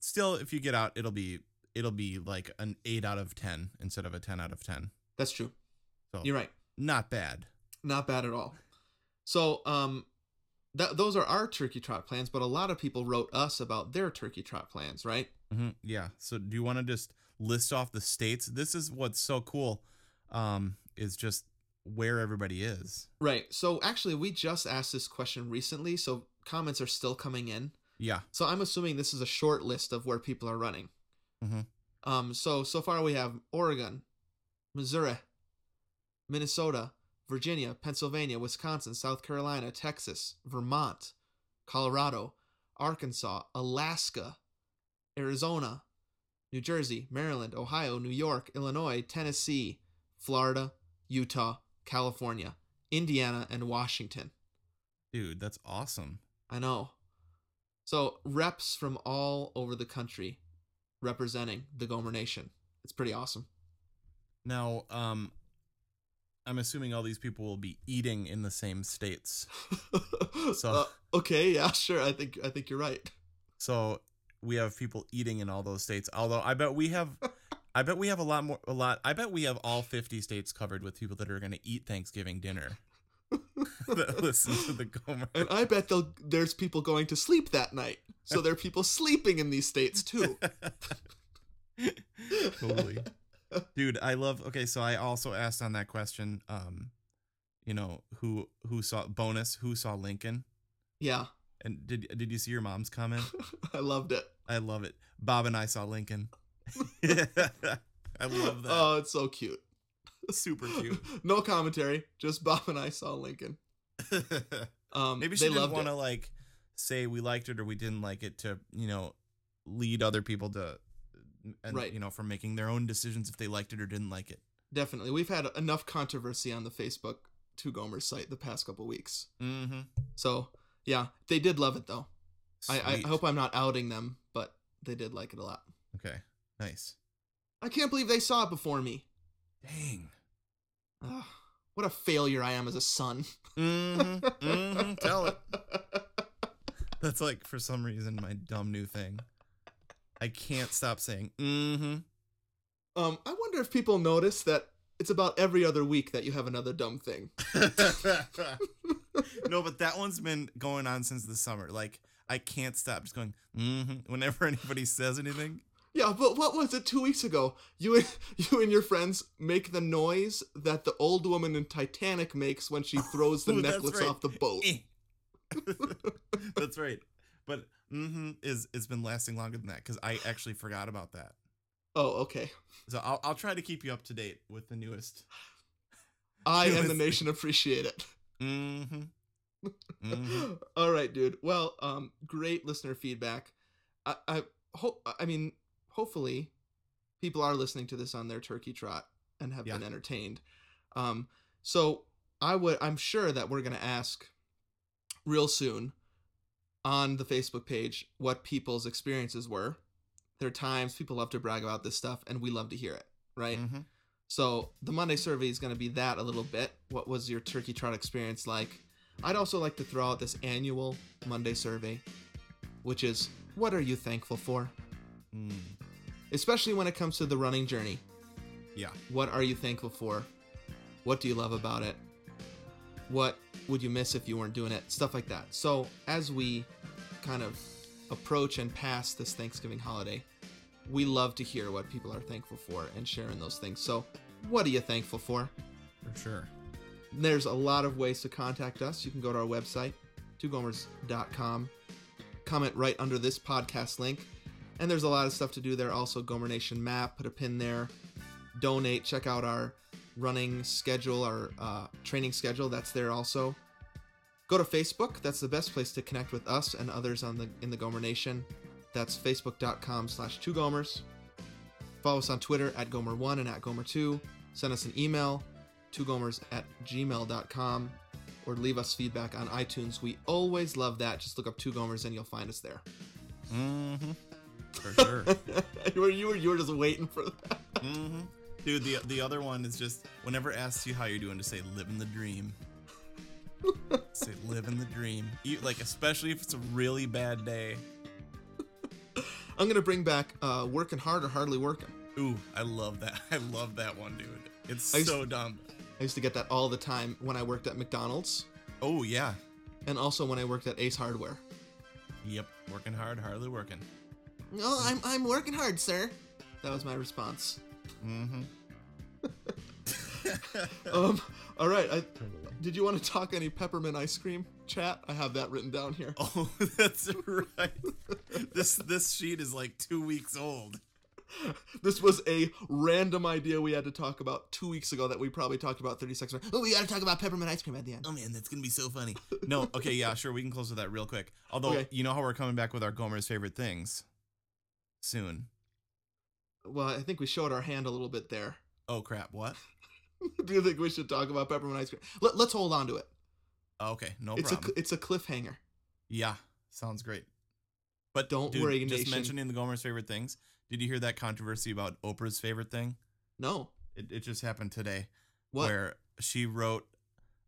still if you get out, it'll be it'll be like an 8 out of 10 instead of a 10 out of 10.
That's true.
So
You're right.
not bad.
Not bad at all. So, um, that, those are our turkey trot plans, but a lot of people wrote us about their turkey trot plans, right?
hmm Yeah. So do you want to just list off the states? This is what's so cool, um, is just where everybody is.
Right. So actually, we just asked this question recently, so comments are still coming in.
Yeah.
So I'm assuming this is a short list of where people are running.
Mhm.
Um. So so far we have Oregon, Missouri, Minnesota, Virginia, Pennsylvania, Wisconsin, South Carolina, Texas, Vermont, Colorado, Arkansas, Alaska, Arizona, New Jersey, Maryland, Ohio, New York, Illinois, Tennessee, Florida, Utah, California, Indiana, and Washington.
Dude, that's awesome.
I know. So reps from all over the country representing the Gomer Nation. It's pretty awesome.
Now, um, I'm assuming all these people will be eating in the same states. So-
Uh, okay, yeah, sure. I think I think you're right.
So we have people eating in all those states. Although I bet we have I bet we have a lot more a lot I bet we have all 50 states covered with people that are going to eat Thanksgiving dinner. that listen to the Gomer.
And I bet they'll, there's people going to sleep that night. So there are people sleeping in these states too.
totally. Dude, I love okay, so I also asked on that question, um, you know, who who saw bonus, who saw Lincoln?
Yeah,
And did did you see your mom's comment?
I loved it.
I love it. Bob and I saw Lincoln. I love that.
Oh, it's so cute.
Super cute.
No commentary. Just Bob and I saw Lincoln. Um,
Maybe
Maybe
she
they
didn't
loved
want
it.
to like say we liked it or we didn't like it to, you know, lead other people to and
Right.
you know, from making their own decisions if they liked it or didn't like it.
Definitely, we've had enough controversy on the Facebook Two Gomers site the past couple weeks.
Mm-hmm.
So Yeah, they did love it though. I,
Sweet.
I hope I'm not outing them, but they did like it a lot.
Okay. Nice.
I can't believe they saw it before me.
Dang.
Ugh, what a failure I am as a son.
Mm-hmm. mm-hmm. Tell it. That's like for some reason my dumb new thing. I can't stop saying mm-hmm.
Um, I wonder if people notice that it's about every other week that you have another dumb thing.
no, but that one's been going on since the summer. Like I can't stop just going mm-hmm whenever anybody says anything.
Yeah, but what was it two weeks ago? You and you and your friends make the noise that the old woman in Titanic makes when she throws the
Oh, that's
necklace
right.
off the boat.
Eh. That's right. But mm-hmm is it's been lasting longer than that because I actually forgot about that.
Oh, okay.
So I'll I'll try to keep you up to date with the newest.
I
It
and the
was-
nation appreciate it.
Mm-hmm. mm-hmm.
All right, dude. Well, um, great listener feedback. I, I hope. I mean, hopefully, people are listening to this on their turkey trot and have been
Yeah.
entertained. Um, so I would. I'm sure that we're gonna ask real soon on the Facebook page what people's experiences were. Their times. People love to brag about this stuff, and we love to hear it. Right.
Mm-hmm.
So the Monday survey is going to be that a little bit. What was your turkey trot experience like? I'd also like to throw out this annual Monday survey, which is what are you thankful for?
Mm.
Especially when it comes to the running journey.
Yeah.
What are you thankful for? What do you love about it? What would you miss if you weren't doing it? Stuff like that. So, as we kind of approach and pass this Thanksgiving holiday, we love to hear what people are thankful for and sharing those things. So, what are you thankful for?
For sure.
There's a lot of ways to contact us. You can go to our website, twogomers.com, comment right under this podcast link. And there's a lot of stuff to do there. Also, Gomer Nation map, put a pin there, donate, check out our running schedule, our uh, training schedule. That's there also. Go to Facebook. That's the best place to connect with us and others on the in the Gomer Nation. That's facebook.com slash two gomers. Follow us on Twitter at Gomer1 and at Gomer2. Send us an email, twogomers at gmail.com, or leave us feedback on iTunes. We always love that. Just look up Two Gomers and you'll find us there.
Mm-hmm. For sure.
you, were, you, were, you were just waiting for that.
hmm Dude, the the other one is just whenever asks you how you're doing, just say living the dream. say living the dream. You, like especially if it's a really bad day.
I'm going to bring back uh, Working Hard or Hardly Working.
Ooh, I love that. I love that one, dude. It's
I used-
so dumb.
I used to get that all the time when I worked at McDonald's
Oh yeah.
and also when I worked at Ace Hardware.
Yep. Working hard, hardly working.
No, I'm, I'm working hard, sir. That was my response.
Mm-hmm.
Um, all right. I, did you want to talk any peppermint ice cream chat? I have that written down here.
Oh, that's right. this this sheet is like two weeks old.
This was a random idea we had to talk about two weeks ago that we probably talked about 30 seconds ago. Oh, we got to talk about peppermint ice cream at the end.
Oh man, that's gonna be so funny. No, okay, yeah, sure, we can close with that real quick. Although
Okay.
you know how we're coming back with our Gomer's favorite things soon.
Well, I think we showed our hand a little bit there.
Oh crap, what?
Do you think we should talk about peppermint ice cream? Let, let's hold on to it.
Oh, okay, no
it's
problem.
a it's a cliffhanger.
yeah, sounds great. But
Don't
dude,
worry,
just
nation.
mentioning the Gomer's favorite things. Did you hear that controversy about Oprah's favorite thing?
No,
It, it just happened today,
what?
where she wrote